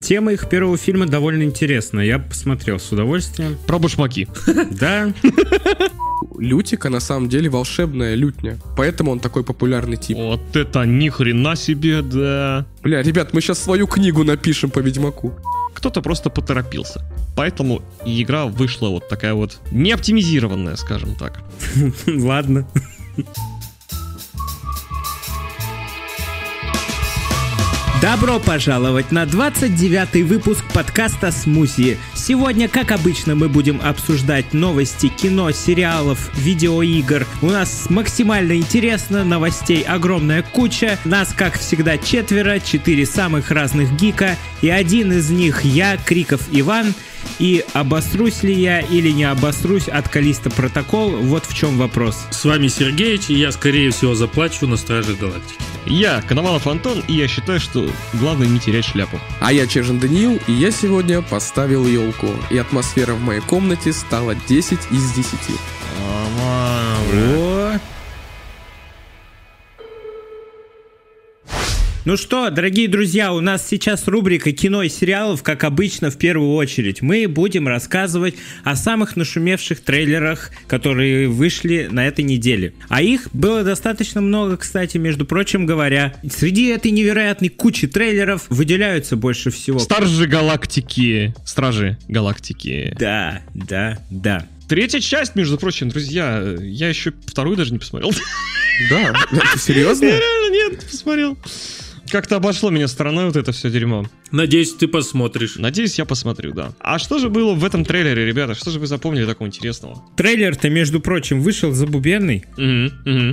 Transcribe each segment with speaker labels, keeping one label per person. Speaker 1: Тема их первого фильма довольно интересная. Я посмотрел с удовольствием.
Speaker 2: Про башмаки.
Speaker 1: Да,
Speaker 3: Лютика на самом деле волшебная лютня. Поэтому он такой популярный тип.
Speaker 2: Вот это ни хрена себе, да.
Speaker 3: Бля, ребят, мы сейчас свою книгу напишем по Ведьмаку.
Speaker 2: Кто-то просто поторопился. Поэтому и игра вышла вот такая вот не оптимизированная, скажем так.
Speaker 1: ладно.
Speaker 4: Добро пожаловать на 29 выпуск подкаста «Смузи». Сегодня, как обычно, мы будем обсуждать новости кино, сериалов, видеоигр. У нас максимально интересно, новостей огромная куча. Нас, как всегда, четверо, четыре самых разных гика. И один из них я, Криков Иван. И обосрусь ли я или не обосрусь от Калиста Протокол, вот в чем вопрос.
Speaker 5: С вами Сергеич, и я, скорее всего, заплачу на Страже Галактики.
Speaker 2: Я Коновалов Антон, и я считаю, что главное не терять шляпу.
Speaker 3: А я Чежин Даниил, и я сегодня поставил елку. И атмосфера в моей комнате стала 10 из 10.
Speaker 4: Ну что, дорогие друзья, у нас сейчас рубрика кино и сериалов, как обычно, в первую очередь. Мы будем рассказывать о самых нашумевших трейлерах, которые вышли на этой неделе. А их было достаточно много, кстати, между прочим говоря. Среди этой невероятной кучи трейлеров выделяются больше всего...
Speaker 2: Старжи галактики. Стражи галактики.
Speaker 4: Да, да, да.
Speaker 2: Третья часть, между прочим, друзья, я еще вторую даже не посмотрел.
Speaker 3: Да, это серьезно?
Speaker 2: Я реально нет, не посмотрел. Как-то обошло меня стороной вот это все дерьмо.
Speaker 5: Надеюсь, ты посмотришь.
Speaker 2: Надеюсь, я посмотрю, да. А что же было в этом трейлере, ребята? Что же вы запомнили такого интересного?
Speaker 1: Трейлер-то, между прочим, вышел забубенный.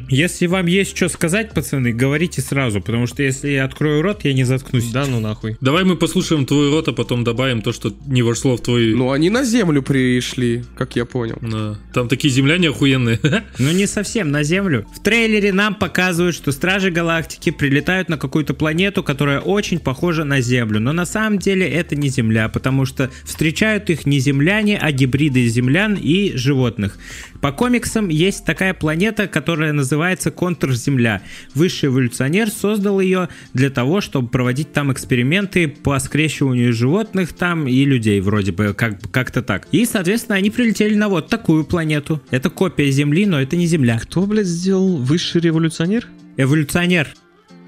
Speaker 1: Если вам есть что сказать, пацаны, говорите сразу, потому что если я открою рот, я не заткнусь.
Speaker 2: Да ну нахуй.
Speaker 5: Давай мы послушаем твой рот, а потом добавим то, что не вошло в твой...
Speaker 3: Ну, они на землю пришли, как я понял. Ну,
Speaker 5: Да. Там такие земляне охуенные.
Speaker 4: Но Ну, не совсем на Землю. В трейлере нам показывают, что Стражи Галактики прилетают на какую-то планету, которая очень похожа на Землю. Но на самом деле это не Земля, потому что встречают их не земляне, а гибриды землян и животных. По комиксам есть такая планета, которая называется Контрземля. Высший эволюционер создал ее для того, чтобы проводить там эксперименты по скрещиванию животных там и людей вроде бы, как, как-то так. И, соответственно, они прилетели на вот такую планету. Это копия Земли, но это не Земля.
Speaker 2: Кто, блядь, сделал высший революционер?
Speaker 4: Эволюционер.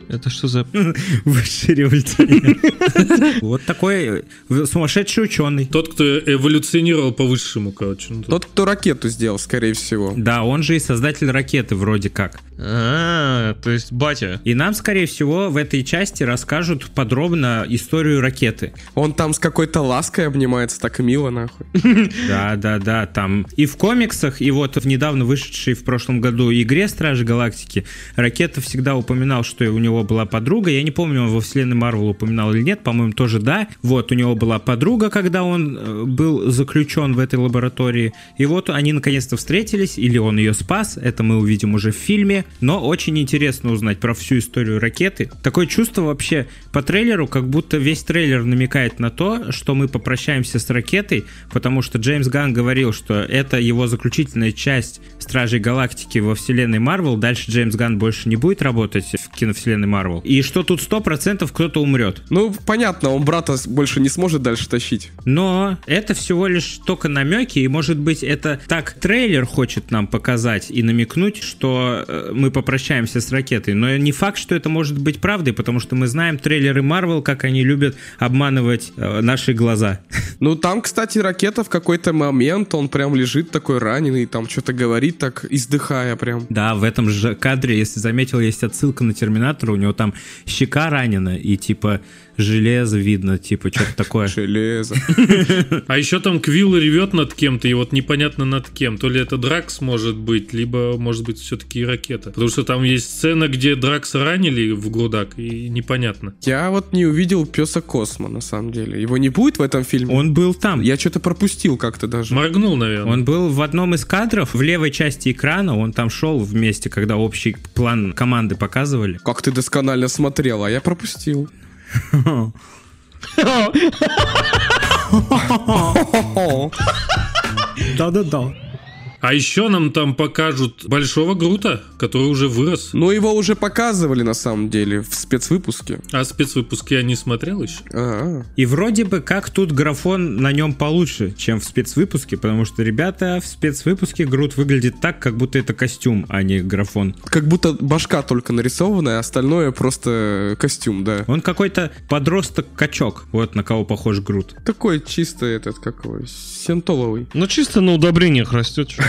Speaker 2: Это что за...
Speaker 4: Высший революционер. Вот такой э, сумасшедший ученый.
Speaker 5: Тот, кто эволюционировал по высшему, короче. ну,
Speaker 3: Тот, кто ракету сделал, скорее всего.
Speaker 4: Да, он же и создатель ракеты вроде как.
Speaker 2: А, то есть батя.
Speaker 4: И нам, скорее всего, в этой части расскажут подробно историю ракеты.
Speaker 3: Он там с какой-то лаской обнимается, так мило, нахуй.
Speaker 4: Да, да, да, там и в комиксах, и вот в недавно вышедшей в прошлом году игре Стражи Галактики Ракета всегда упоминал, что у него была подруга. Я не помню, он во вселенной Марвел упоминал или нет, по-моему, тоже да. Вот, у него была подруга, когда он э, был заключен в этой лаборатории. И вот они наконец-то встретились, или он ее спас, это мы увидим уже в фильме. Но очень интересно узнать про всю историю ракеты. Такое чувство вообще по трейлеру, как будто весь трейлер намекает на то, что мы попрощаемся с ракетой, потому что Джеймс Ганн говорил, что это его заключительная часть Стражей Галактики во вселенной Марвел. Дальше Джеймс Ганн больше не будет работать в киновселенной Марвел. И что тут 100% кто-то умрет.
Speaker 3: Ну, понятно, он брата с- больше не сможет дальше тащить.
Speaker 4: Но это всего лишь только намеки, и может быть это так трейлер хочет нам показать и намекнуть, что э, мы попрощаемся с ракетой. Но не факт, что это может быть правдой, потому что мы знаем трейлеры Марвел, как они любят обманывать э, наши глаза.
Speaker 3: Ну, там, кстати, ракета в какой-то момент, он прям лежит такой раненый, там что-то говорит так, издыхая прям.
Speaker 4: Да, в этом же кадре, если заметил, есть отсылка на Терминатора, у него там щека ранена, и типа железо видно, типа что-то такое.
Speaker 3: Железо.
Speaker 5: А еще там Квилл ревет над кем-то, и вот непонятно над кем. То ли это Дракс может быть, либо, может быть, все-таки и ракета. Потому что там есть сцена, где Дракса ранили в грудак, и непонятно.
Speaker 3: Я вот не увидел песа Космо, на самом деле. Его не будет в этом фильме?
Speaker 4: Он был там.
Speaker 3: Я что-то пропустил как-то даже.
Speaker 5: Моргнул, наверное.
Speaker 4: Он был в одном из кадров, в левой части экрана, он там шел вместе, когда общий план команды показывали.
Speaker 3: Как ты досконально смотрел, а я пропустил.
Speaker 4: Да-да-да.
Speaker 5: А еще нам там покажут большого Грута, который уже вырос.
Speaker 3: Но его уже показывали на самом деле в спецвыпуске.
Speaker 5: А спецвыпуски я не смотрел еще.
Speaker 3: А,
Speaker 4: И вроде бы как тут графон на нем получше, чем в спецвыпуске, потому что, ребята, в спецвыпуске Грут выглядит так, как будто это костюм, а не графон.
Speaker 3: Как будто башка только нарисованная, а остальное просто костюм, да.
Speaker 4: Он какой-то подросток-качок, вот на кого похож Грут.
Speaker 3: Такой чисто этот, как его, сентоловый.
Speaker 2: Ну, чисто на удобрениях растет. чё.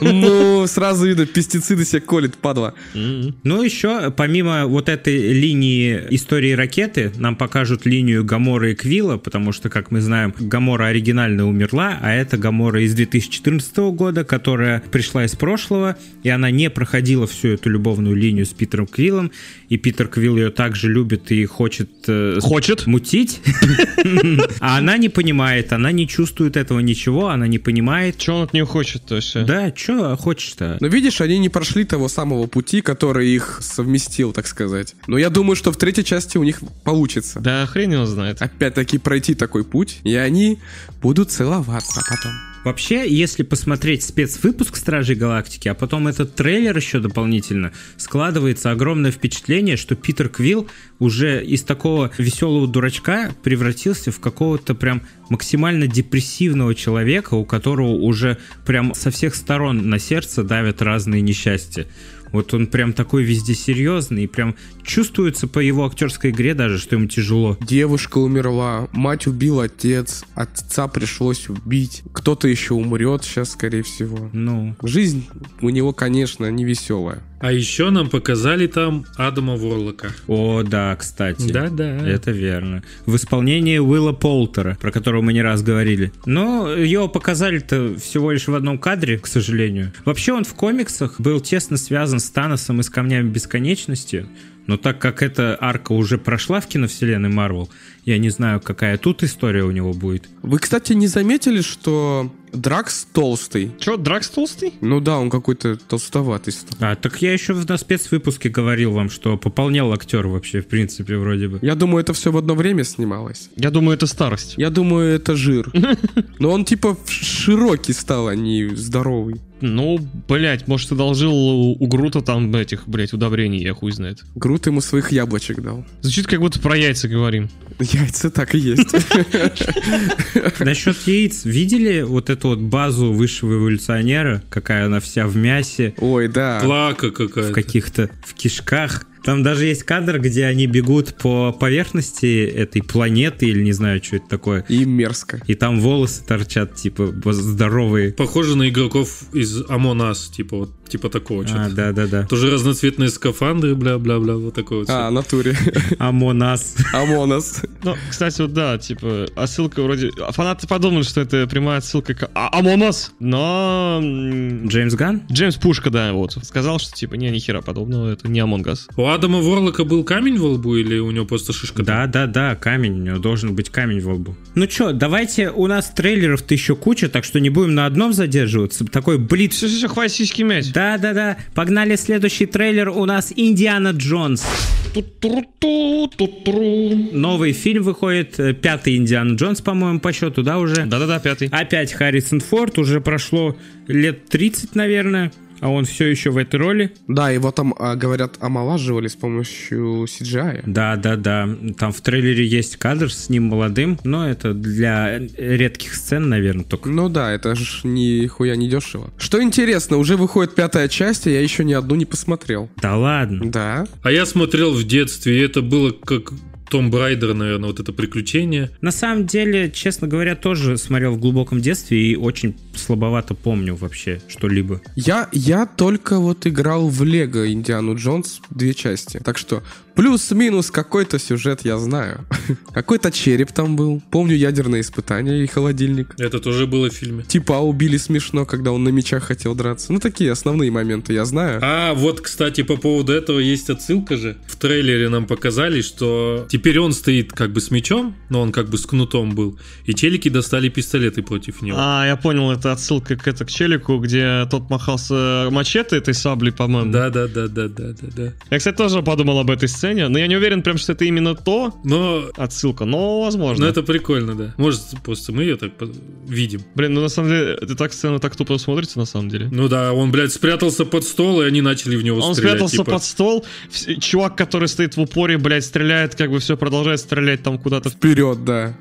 Speaker 3: Ну, сразу видно, пестициды себе колет, падла.
Speaker 2: Мгм.
Speaker 4: Ну, еще, помимо вот этой линии истории ракеты, нам покажут линию Гамора и Квилла, потому что, как мы знаем, Гамора оригинально умерла, а это Гамора из 2014 года, которая пришла из прошлого, и она не проходила всю эту любовную линию с Питером Квиллом, и Питер Квилл ее также любит и хочет э,
Speaker 2: Хочет.
Speaker 4: мутить, а она не понимает, она не чувствует этого ничего, она не понимает,
Speaker 2: Че он от нее хочет, то есть. э,
Speaker 4: да, что хочешь-то?
Speaker 3: Но видишь, они не прошли того самого пути, который их совместил, так сказать. Но я думаю, что в третьей части у них получится.
Speaker 2: Да хрен его знает.
Speaker 3: Опять-таки пройти такой путь, и они будут целоваться потом.
Speaker 4: Вообще, если посмотреть спецвыпуск Стражей Галактики, а потом этот трейлер еще дополнительно, складывается огромное впечатление, что Питер Квилл уже из такого веселого дурачка превратился в какого-то прям максимально депрессивного человека, у которого уже прям со всех сторон на сердце давят разные несчастья. Вот он прям такой везде серьезный, и прям чувствуется по его актерской игре даже, что ему тяжело.
Speaker 3: Девушка умерла, мать убил отец, отца пришлось убить. Кто-то еще умрет сейчас, скорее всего.
Speaker 4: Ну,
Speaker 3: Жизнь у него, конечно, не веселая.
Speaker 5: А еще нам показали там Адама Ворлока.
Speaker 4: о да, кстати.
Speaker 5: Да-да.
Speaker 4: Это верно. В исполнении Уилла Полтера, про которого мы не раз говорили. Но его показали-то всего лишь в одном кадре, к сожалению. Вообще он в комиксах был тесно связан с Таносом и с Камнями Бесконечности. Но так как эта арка уже прошла в киновселенной Марвел, я не знаю, какая тут история у него будет.
Speaker 3: Вы, кстати, не заметили, что Дракс толстый?
Speaker 2: Че, Дракс толстый?
Speaker 3: Ну да, он какой-то толстоватый. стал.
Speaker 4: А, так я еще в на спецвыпуске говорил вам, что пополнял актер вообще, в принципе, вроде бы.
Speaker 3: Я думаю, это все в одно время снималось.
Speaker 2: Я думаю, это старость.
Speaker 3: Я думаю, это жир. Но он типа ш- широкий стал, а не здоровый.
Speaker 2: Ну, блять, может, ты должил у, у Грута там этих, блять, удобрений, я хуй знает.
Speaker 3: Грут ему своих яблочек дал.
Speaker 2: Звучит, как будто про яйца говорим.
Speaker 3: Яйца так и есть.
Speaker 4: Насчет яиц, видели вот эту вот базу высшего эволюционера, какая она вся в мясе,
Speaker 3: Ой, да.
Speaker 5: Плака
Speaker 4: в
Speaker 5: какая-то.
Speaker 4: каких-то в кишках. Там даже есть кадр, где они бегут по поверхности этой планеты или не знаю, что это такое.
Speaker 3: И мерзко.
Speaker 4: И там волосы торчат, типа, бо- здоровые.
Speaker 5: Похоже на игроков из Амонас, типа вот, типа такого
Speaker 4: А,
Speaker 5: чё-то.
Speaker 4: да-да-да.
Speaker 5: Тоже разноцветные скафандры, бля-бля-бля, вот такое вот.
Speaker 3: А,
Speaker 5: всё.
Speaker 3: натуре.
Speaker 4: А Амонас.
Speaker 3: Амонас.
Speaker 2: Ну, кстати, вот да, типа, отсылка вроде... а Фанаты подумали, что это прямая отсылка к А- Among Us, но... м,
Speaker 4: Джеймс Ган?
Speaker 2: Джеймс Пушка, да, вот, сказал, что типа, не, ни хера подобного, это не Among Us.
Speaker 5: У Адама Ворлока был камень во лбу или у него просто шишка?
Speaker 4: Да, да, да, камень. У него должен быть камень во лбу. Ну чё, давайте у нас трейлеров-то еще куча, так что не будем на одном задерживаться. Такой блиц.
Speaker 2: Все, все, все, хватит сиськи мять.
Speaker 4: Да, да, да. Погнали следующий трейлер. У нас Индиана Джонс.
Speaker 2: Ту-тру-ту, ту-тру.
Speaker 4: Новый фильм выходит. э, Пятый Индиана Джонс, по-моему, по счету, да, уже?
Speaker 2: Да-да-да, пятый.
Speaker 5: А,
Speaker 4: Опять Харрисон Форд, уже прошло лет 30, наверное, а он все еще в этой роли.
Speaker 3: Да, его там, а, говорят, омолаживали с помощью CGI.
Speaker 4: Да, да, да. Там в трейлере есть кадр с ним молодым, но это для э, редких сцен, наверное, только.
Speaker 3: Ну да, это ж нихуя не дешево. Что интересно, уже выходит пятая часть, а я еще ни одну не посмотрел.
Speaker 4: Да ладно.
Speaker 3: Да.
Speaker 5: А я смотрел в детстве, и это было как Том Брайдер, наверное, вот это приключение.
Speaker 4: На самом деле, честно говоря, тоже смотрел в глубоком детстве и очень слабовато помню вообще что-либо.
Speaker 3: Я, я только вот играл в Лего Индиану Джонс две части. Так что плюс-минус какой-то сюжет я знаю. Какой-то череп там был. Помню ядерные испытания и холодильник.
Speaker 5: Это тоже было в фильме.
Speaker 3: Типа убили смешно, когда он на мечах хотел драться. Ну такие основные моменты я знаю.
Speaker 5: А вот, кстати, по поводу этого есть отсылка же. В трейлере нам показали, что теперь он стоит как бы с мечом, но он как бы с кнутом был, и челики достали пистолеты против него.
Speaker 2: А, я понял, это отсылка к, это, к челику, где тот махался мачете этой саблей, по-моему.
Speaker 5: Да, да, да, да, да, да, да.
Speaker 2: Я, кстати, тоже подумал об этой сцене. Но я не уверен прям, что это именно то
Speaker 5: Но,
Speaker 2: отсылка, но возможно.
Speaker 5: но Ну, это прикольно, да. Может, просто мы ее так по- видим.
Speaker 2: Блин, ну на самом деле, это так сцена так тупо смотрится, на самом деле.
Speaker 5: Ну да, он, блядь, спрятался под стол, и они начали в него
Speaker 2: Он
Speaker 5: стрелять.
Speaker 2: спрятался
Speaker 5: типа.
Speaker 2: под стол, вс- чувак, который стоит в упоре, блядь, стреляет, как бы все продолжает стрелять там куда-то.
Speaker 3: Вперед, да.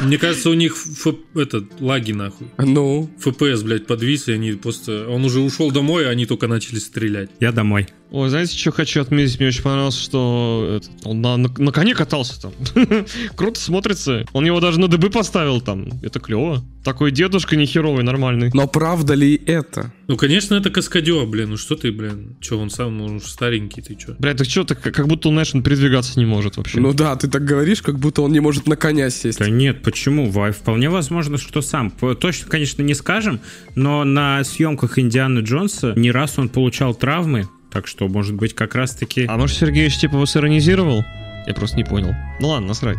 Speaker 5: Мне кажется, у них ф- этот, лаги нахуй.
Speaker 3: Ну,
Speaker 5: ФПС, блядь, подвис, и они просто... Он уже ушел домой, и они только начали стрелять.
Speaker 4: Я домой.
Speaker 2: Ой, знаете, что хочу отметить? Мне очень понравилось, что этот, он на, на- на коне катался там. Круто смотрится. Он его даже на дыбы поставил там. Это клево. Такой дедушка нехеровый, нормальный.
Speaker 3: но правда ли это?
Speaker 5: Ну, конечно, это каскадер, блин. Ну что ты, блин? Че, он сам, ну, он уж старенький, ты че?
Speaker 2: Блядь, так что, так как как будто он, знаешь, он передвигаться не может вообще.
Speaker 3: Ну да, ты так говоришь, как будто он не может на коня сесть.
Speaker 4: Да нет, почему? Ва- Вполне возможно, что сам. П- Точно, конечно, не скажем, но на съемках Индианы Джонса не раз он получал травмы, так что, может быть, как раз-таки...
Speaker 2: А может, Сергеевич типа сиронизировал? Я просто не понял. Ну ладно, насрать.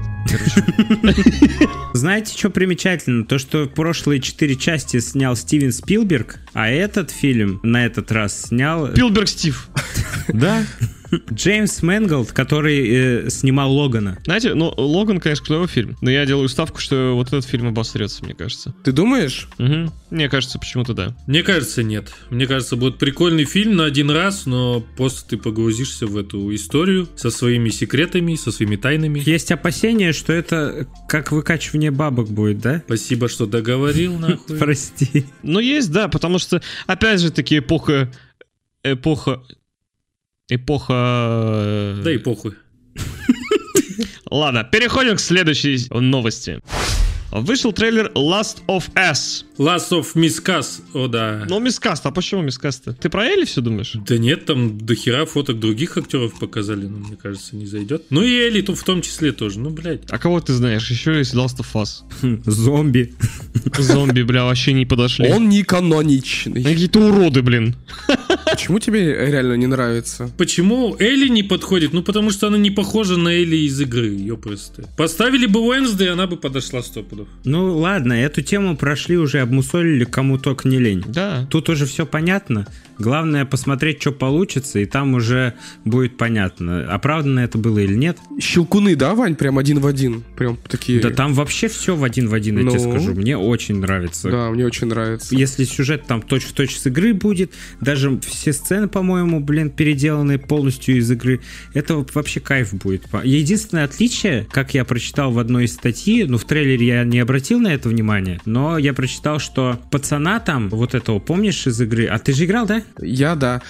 Speaker 4: Знаете, что примечательно? То, что прошлые четыре части снял Стивен Спилберг, а этот фильм на этот раз снял...
Speaker 2: Пилберг Стив.
Speaker 4: Да? Джеймс Мэнголд, который э, снимал Логана.
Speaker 2: Знаете, ну, Логан, конечно, клевый фильм. Но я делаю ставку, что вот этот фильм обосрется, мне кажется.
Speaker 3: Ты думаешь?
Speaker 2: Мгм. Мне кажется, почему-то да.
Speaker 5: Мне кажется, нет. Мне кажется, будет прикольный фильм на один раз, но просто ты погрузишься в эту историю со своими секретами, со своими тайнами.
Speaker 4: Есть опасения, что это как выкачивание бабок будет, да?
Speaker 5: Спасибо, что договорил, нахуй.
Speaker 4: Прости.
Speaker 2: Ну, есть, да, потому что, опять же, таки эпоха... Эпоха... Эпоха...
Speaker 5: Да и похуй.
Speaker 2: Ладно, переходим к следующей новости. Вышел трейлер Last of Us.
Speaker 5: Last of Miscast, о да.
Speaker 2: Ну, мискаст, а почему мискаст-то? Ты про Элли все думаешь?
Speaker 5: Да нет, там дохера фоток других актеров показали, но мне кажется, не зайдет. Ну и Элли то в том числе тоже, ну, блядь.
Speaker 2: А кого ты знаешь? Еще есть Last of Us.
Speaker 4: Зомби.
Speaker 2: Зомби, бля, вообще не подошли. Ну,
Speaker 3: Он не каноничный.
Speaker 2: Какие-то уроды, блин.
Speaker 3: Почему тебе реально не нравится?
Speaker 5: Почему Элли не подходит? Ну, потому что она не похожа на Элли из игры, ёпрсты. Поставили бы Уэнсдей, она бы подошла сто пудов.
Speaker 4: Ну ладно, эту тему прошли уже, обмусолили, кому только не лень.
Speaker 2: Да.
Speaker 4: Тут уже все понятно. Главное посмотреть, что получится, и там уже будет понятно, оправданно это было или нет.
Speaker 3: Щелкуны, да, Вань? Прям один в один. Прям такие...
Speaker 4: Да там вообще все в один в один, я тебе
Speaker 3: Ну.
Speaker 4: скажу. Мне очень нравится.
Speaker 3: Да, мне очень нравится.
Speaker 4: Если сюжет там точь-в-точь с игры будет, даже все сцены, по-моему, блин, переделаны полностью из игры, это вообще кайф будет. Единственное отличие, как я прочитал в одной из статьи, ну, в трейлере я не обратил на это внимание, но я прочитал, что пацана там, вот этого, помнишь из игры? А ты же играл, да?
Speaker 3: Я, да.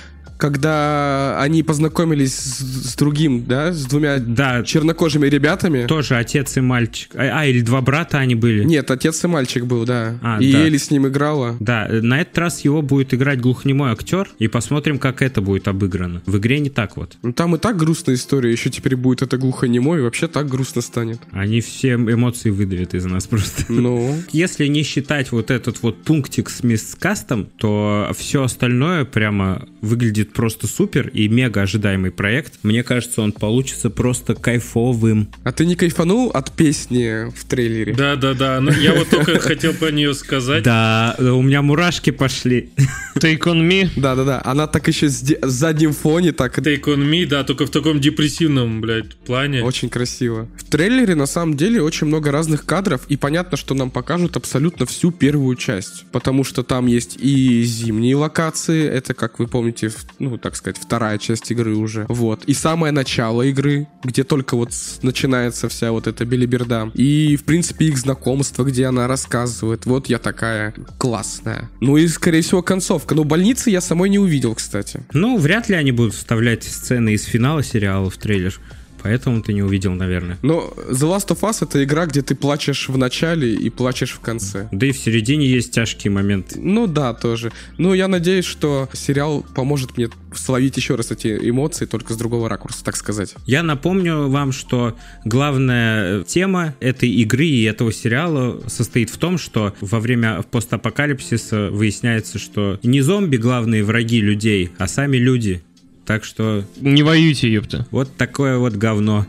Speaker 3: Когда они познакомились с, с другим, да, с двумя
Speaker 4: Да,
Speaker 3: чернокожими ребятами.
Speaker 4: тоже отец и мальчик. А, а, или два брата они были.
Speaker 3: Нет, отец и мальчик был, да.
Speaker 4: А,
Speaker 3: и
Speaker 4: да.
Speaker 3: Элли с ним играла.
Speaker 4: Да, э, на этот раз его будет играть глухонемой актер, и посмотрим, как это будет обыграно. В игре не так вот.
Speaker 3: Ну там и так грустная история, еще теперь будет это глухонемой, и вообще так грустно станет.
Speaker 4: Они все эмоции выдавят из нас просто.
Speaker 3: Ну,
Speaker 4: Если не считать вот этот вот пунктик с мисткастом, то все остальное прямо выглядит просто супер и мега ожидаемый проект. Мне кажется, он получится просто кайфовым.
Speaker 3: а ты не кайфанул от песни в трейлере?
Speaker 5: Да-да-да, ну, я вот только хотел про нее сказать.
Speaker 4: Да, у меня мурашки пошли.
Speaker 2: Take on me.
Speaker 3: Да-да-да, она так еще с, де- с заднем фоне так
Speaker 5: Take on me, да, только в таком депрессивном, блядь, плане.
Speaker 3: очень красиво. В трейлере на самом деле очень много разных кадров, и понятно, что нам покажут абсолютно всю первую часть, потому что там есть и зимние локации, это, как вы помните, в- ну, так сказать, вторая часть игры уже, вот, и самое начало игры, где только вот с- начинается вся вот эта белиберда, и, в принципе, их знакомство, где она рассказывает, вот я такая классная. Ну и, скорее всего, концовка, но больницы я самой не увидел, кстати.
Speaker 4: Ну, вряд ли они будут вставлять сцены из финала сериала в трейлер. Поэтому ты не увидел, наверное.
Speaker 3: Но The Last of Us это игра, где ты плачешь в начале и плачешь в конце.
Speaker 4: Да и в середине есть тяжкие моменты.
Speaker 3: Ну да, тоже. Ну, я надеюсь, что сериал поможет мне словить еще раз эти эмоции, только с другого ракурса, так сказать.
Speaker 4: Я напомню вам, что главная э, тема этой игры и этого сериала состоит в том, что во время постапокалипсиса выясняется, что не зомби главные враги людей, а сами люди. Так что
Speaker 2: Не воюйте, ёпта.
Speaker 4: вот такое вот говно.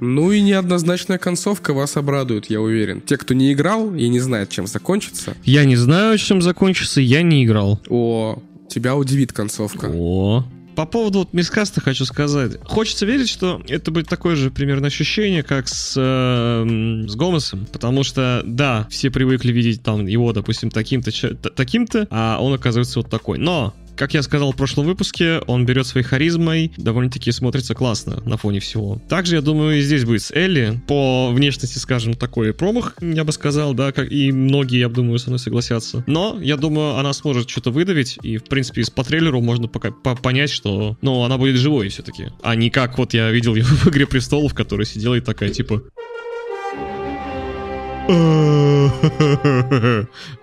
Speaker 3: Ну и неоднозначная концовка вас обрадует, я уверен. Те, кто не играл и не знает, чем закончится,
Speaker 2: Я не знаю, чем закончится, я не играл.
Speaker 3: о, тебя удивит концовка.
Speaker 2: О, По поводу вот мискаста хочу сказать. Хочется верить, что это будет такое же примерно ощущение, как с, э, с Гомесом. Потому что, да, все привыкли видеть там его, допустим, таким-то, ча- та- таким-то, а он оказывается вот такой. Но как я сказал в прошлом выпуске, он берет своей харизмой, довольно-таки смотрится классно на фоне всего. Также, я думаю, и здесь будет с Элли. По внешности, скажем, такой промах, я бы сказал, да, как и многие, я думаю, со мной согласятся. Но, я думаю, она сможет что-то выдавить, и, в принципе, по трейлеру можно пока по- понять, что, ну, она будет живой все-таки. А не как вот я видел ее в «Игре престолов», которая сидела и такая, типа...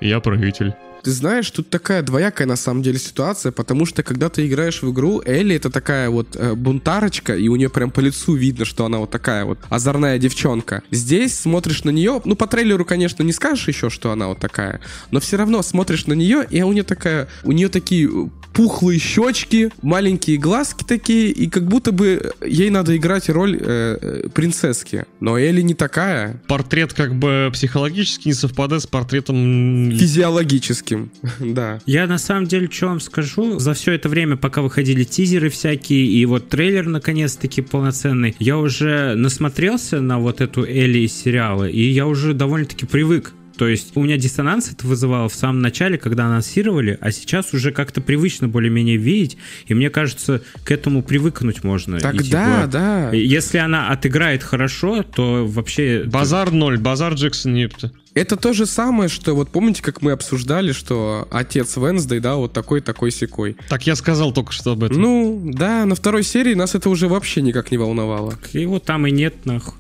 Speaker 2: Я правитель.
Speaker 3: Ты знаешь, тут такая двоякая на самом деле ситуация, потому что когда ты играешь в игру, Элли это такая вот э, бунтарочка, и у нее прям по лицу видно, что она вот такая вот озорная девчонка. Здесь смотришь на нее, ну по трейлеру, конечно, не скажешь еще, что она вот такая, но все равно смотришь на нее, и у нее такая, у нее такие э, пухлые щечки, маленькие глазки такие, и как будто бы ей надо играть роль э, э, принцесски. Но Элли не такая,
Speaker 2: портрет как бы психологически не совпадает с портретом...
Speaker 3: физиологическим, да.
Speaker 4: Я на самом деле, что вам скажу, за все это время, пока выходили тизеры всякие, и вот трейлер наконец-таки полноценный, я уже насмотрелся на вот эту Элли из сериала, и я уже довольно-таки привык. То есть у меня диссонанс это вызывало в самом начале, когда анонсировали, а сейчас уже как-то привычно более-менее видеть, и мне кажется, к этому привыкнуть можно. И,
Speaker 3: Так
Speaker 4: типа,
Speaker 3: да, да.
Speaker 4: Если она отыграет хорошо, то вообще...
Speaker 2: Базар 0, базар Джексон Епта.
Speaker 3: Это то же самое, что вот помните, как мы обсуждали, что отец Венсдей, да, вот такой, такой, секой.
Speaker 2: Так я сказал только что об этом.
Speaker 3: Ну, да, на второй серии нас это уже вообще никак не волновало.
Speaker 4: Его там и нет, нахуй.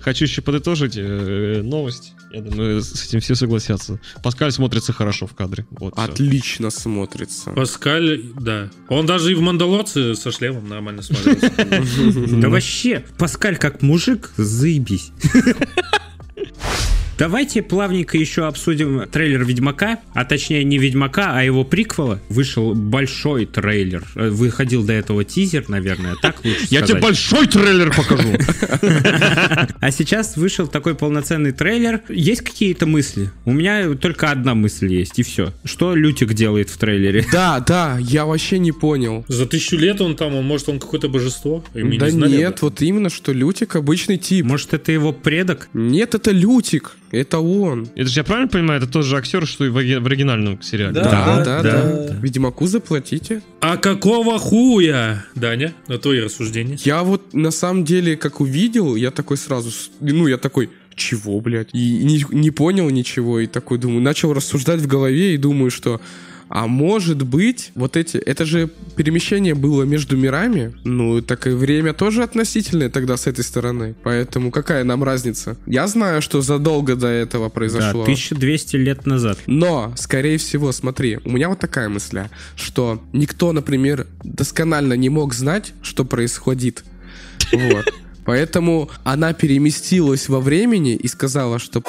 Speaker 2: Хочу еще подытожить э, новость. Я думаю, с этим все согласятся. Паскаль смотрится хорошо в кадре. Вот, всё.
Speaker 3: Отлично смотрится.
Speaker 5: Паскаль, да. Он даже и в «Мандалорце» со шлемом нормально смотрелся.
Speaker 4: Да вообще, Паскаль как мужик, заебись. Давайте плавненько еще обсудим трейлер Ведьмака, а точнее не Ведьмака, а его приквела. Вышел большой трейлер. Э, Выходил до этого тизер, наверное, так лучше
Speaker 2: Я тебе
Speaker 4: сказать.
Speaker 2: большой трейлер покажу.
Speaker 4: А сейчас вышел такой полноценный трейлер. Есть какие-то мысли? У меня только одна мысль есть, и все. Что Лютик делает в трейлере?
Speaker 3: Да, да, я вообще не понял.
Speaker 5: За тысячу лет он там, он, может, он какое-то божество? И мы не
Speaker 3: Да
Speaker 5: знали об
Speaker 3: нет,
Speaker 5: этом.
Speaker 3: вот именно, что Лютик обычный тип.
Speaker 4: Может, это его предок?
Speaker 3: Нет, это Лютик, это он.
Speaker 2: Это же я правильно понимаю, это тот же актер, что и в оги- в оригинальном сериале.
Speaker 3: Да, да,
Speaker 4: да,
Speaker 3: да. Ведьмаку заплатите.
Speaker 5: А какого хуя? Даня, на твои рассуждения.
Speaker 3: Я вот на самом деле, как увидел, я такой сразу, с- ну, я такой, чего, блядь? И не, не понял ничего, и такой думаю, начал рассуждать в голове и думаю, что а может быть, вот эти, это же перемещение было между мирами, ну, так и время тоже относительное тогда с этой стороны, поэтому какая нам разница? Я знаю, что задолго до этого
Speaker 4: Да,
Speaker 3: произошло.
Speaker 4: 1200 лет назад.
Speaker 3: Но, скорее всего, смотри, у меня вот такая мысля, что никто, например, досконально не мог знать, что происходит. Вот. Поэтому она переместилась во времени и сказала, что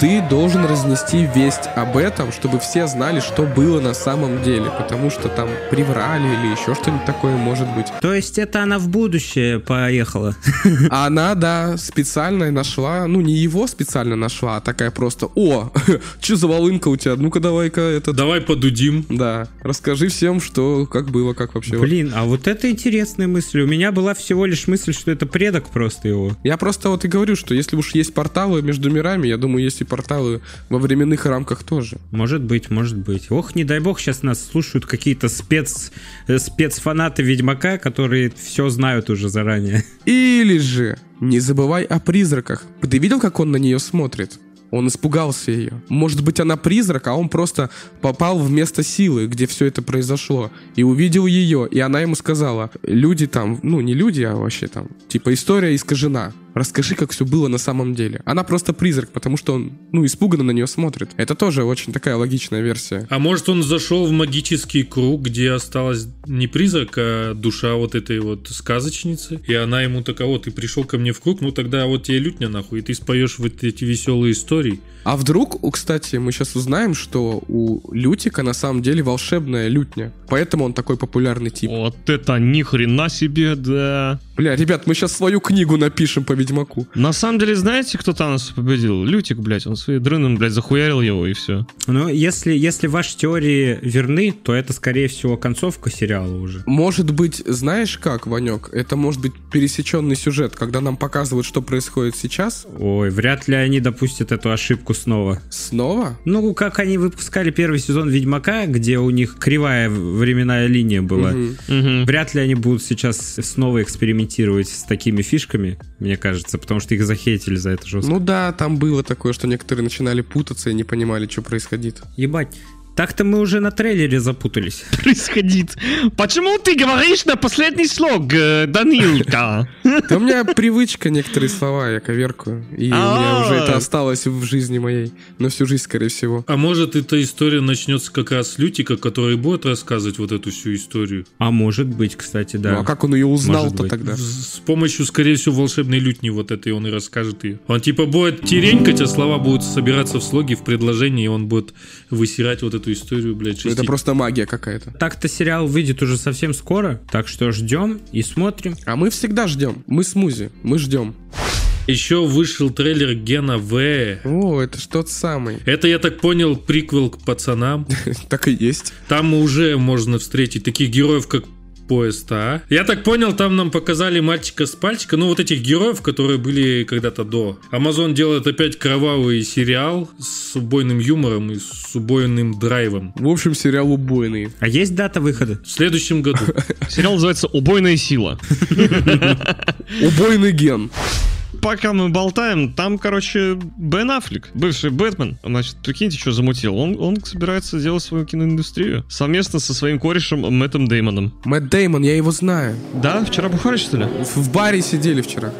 Speaker 3: ты должен разнести весть об этом, чтобы все знали, что было на самом деле, потому что там приврали или еще что-нибудь такое может быть.
Speaker 4: То есть это она в будущее поехала?
Speaker 3: А Она, да, специально нашла, ну не его специально нашла, а такая просто, о, что за волынка у тебя, ну-ка давай-ка это...
Speaker 5: Давай подудим.
Speaker 3: Да, расскажи всем, что, как было, как вообще.
Speaker 4: Блин, а вот это интересная мысль. У меня была всего лишь мысль, что это предок просто его.
Speaker 3: Я просто вот и говорю, что если уж есть порталы между мирами, я думаю, есть и порталы во временных рамках тоже.
Speaker 4: Может быть, может быть. Ох, не дай бог, сейчас нас слушают какие-то спец... э, спецфанаты Ведьмака, которые все знают уже заранее.
Speaker 3: Или же не забывай о призраках. Ты видел, как он на нее смотрит? Он испугался ее. Может быть, она призрак, а он просто попал в место силы, где все это произошло, и увидел ее, и она ему сказала, люди там, ну не люди, а вообще там, типа история искажена. Расскажи, как все было на самом деле. Она просто призрак, потому что он, ну, испуганно на нее смотрит. Это тоже очень такая логичная версия.
Speaker 5: А может он зашел в магический круг, где осталась не призрак, а душа вот этой вот сказочницы. И она ему такая, вот, ты пришел ко мне в круг, ну тогда вот тебе лютня нахуй, и ты споешь вот эти веселые истории.
Speaker 3: А вдруг, у- кстати, мы сейчас узнаем, что у Лютика на самом деле волшебная лютня. Поэтому он такой популярный тип.
Speaker 2: Вот это ни хрена себе, да.
Speaker 3: Бля, ребят, мы сейчас свою книгу напишем по Ведьмаку.
Speaker 2: На самом деле, знаете, кто Танос победил? Лютик, блядь, он своим дрыном, блядь, захуярил его и все.
Speaker 4: Но если, если ваши теории верны, то это, скорее всего, концовка сериала уже.
Speaker 3: Может быть, знаешь как, Ванек? Это может быть пересеченный сюжет, когда нам показывают, что происходит сейчас.
Speaker 4: Ой, вряд ли они допустят эту ошибку снова.
Speaker 3: Снова?
Speaker 4: Ну, как они выпускали первый сезон Ведьмака, где у них кривая временная линия была.
Speaker 3: Мгм.
Speaker 4: Вряд ли они будут сейчас снова экспериментировать с такими фишками, мне кажется, потому что их захейтили за это жестко.
Speaker 3: Ну да, там было такое, что некоторые начинали путаться и не понимали, что происходит.
Speaker 4: Ебать. Так-то мы уже на трейлере запутались.
Speaker 2: Происходит. Почему ты говоришь на последний слог, э, Данилка?
Speaker 3: Да у меня привычка некоторые слова, я коверкую. И у меня
Speaker 2: А.
Speaker 3: уже это осталось в жизни моей. На всю жизнь, скорее всего.
Speaker 5: А может, эта история начнется как раз с Лютика, который будет рассказывать вот эту всю историю.
Speaker 4: А может быть, кстати, да.
Speaker 3: Ну а как он ее
Speaker 4: Может
Speaker 3: узнал-то
Speaker 4: быть.
Speaker 3: тогда?
Speaker 5: В- С помощью, скорее всего, волшебной лютни вот этой он и расскажет ее. Он типа будет теренькать, а слова будут собираться в слоги, в предложении, и он будет высирать вот эту историю, блядь,
Speaker 3: Ну, Это
Speaker 5: шести-
Speaker 3: просто магия какая-то.
Speaker 4: Так-то сериал выйдет уже совсем скоро, так что ждем и смотрим.
Speaker 3: А мы всегда ждем. Мы смузи. Мы ждем.
Speaker 5: Еще вышел трейлер Гена В.
Speaker 3: О, это что тот самый.
Speaker 5: Это, я так понял, приквел к пацанам.
Speaker 3: Так и есть.
Speaker 5: Там уже можно встретить таких героев, как поезд, а? Я так понял, там нам показали мальчика с пальчика, ну вот этих героев, которые были когда-то до. Амазон делает опять кровавый сериал с убойным юмором и с убойным драйвом.
Speaker 3: В общем, сериал убойный.
Speaker 4: А есть дата выхода?
Speaker 5: В следующем году.
Speaker 2: Сериал называется «Убойная сила».
Speaker 3: Убойный ген.
Speaker 2: Пока мы болтаем, там, короче, Бен Аффлек, бывший Бэтмен, значит, прикиньте, что замутил. Он, он собирается делать свою киноиндустрию совместно со своим корешем Мэттом Деймоном.
Speaker 3: Мэтт Деймон, я его знаю.
Speaker 2: Да, вчера бухарь, что ли?
Speaker 3: В баре сидели вчера.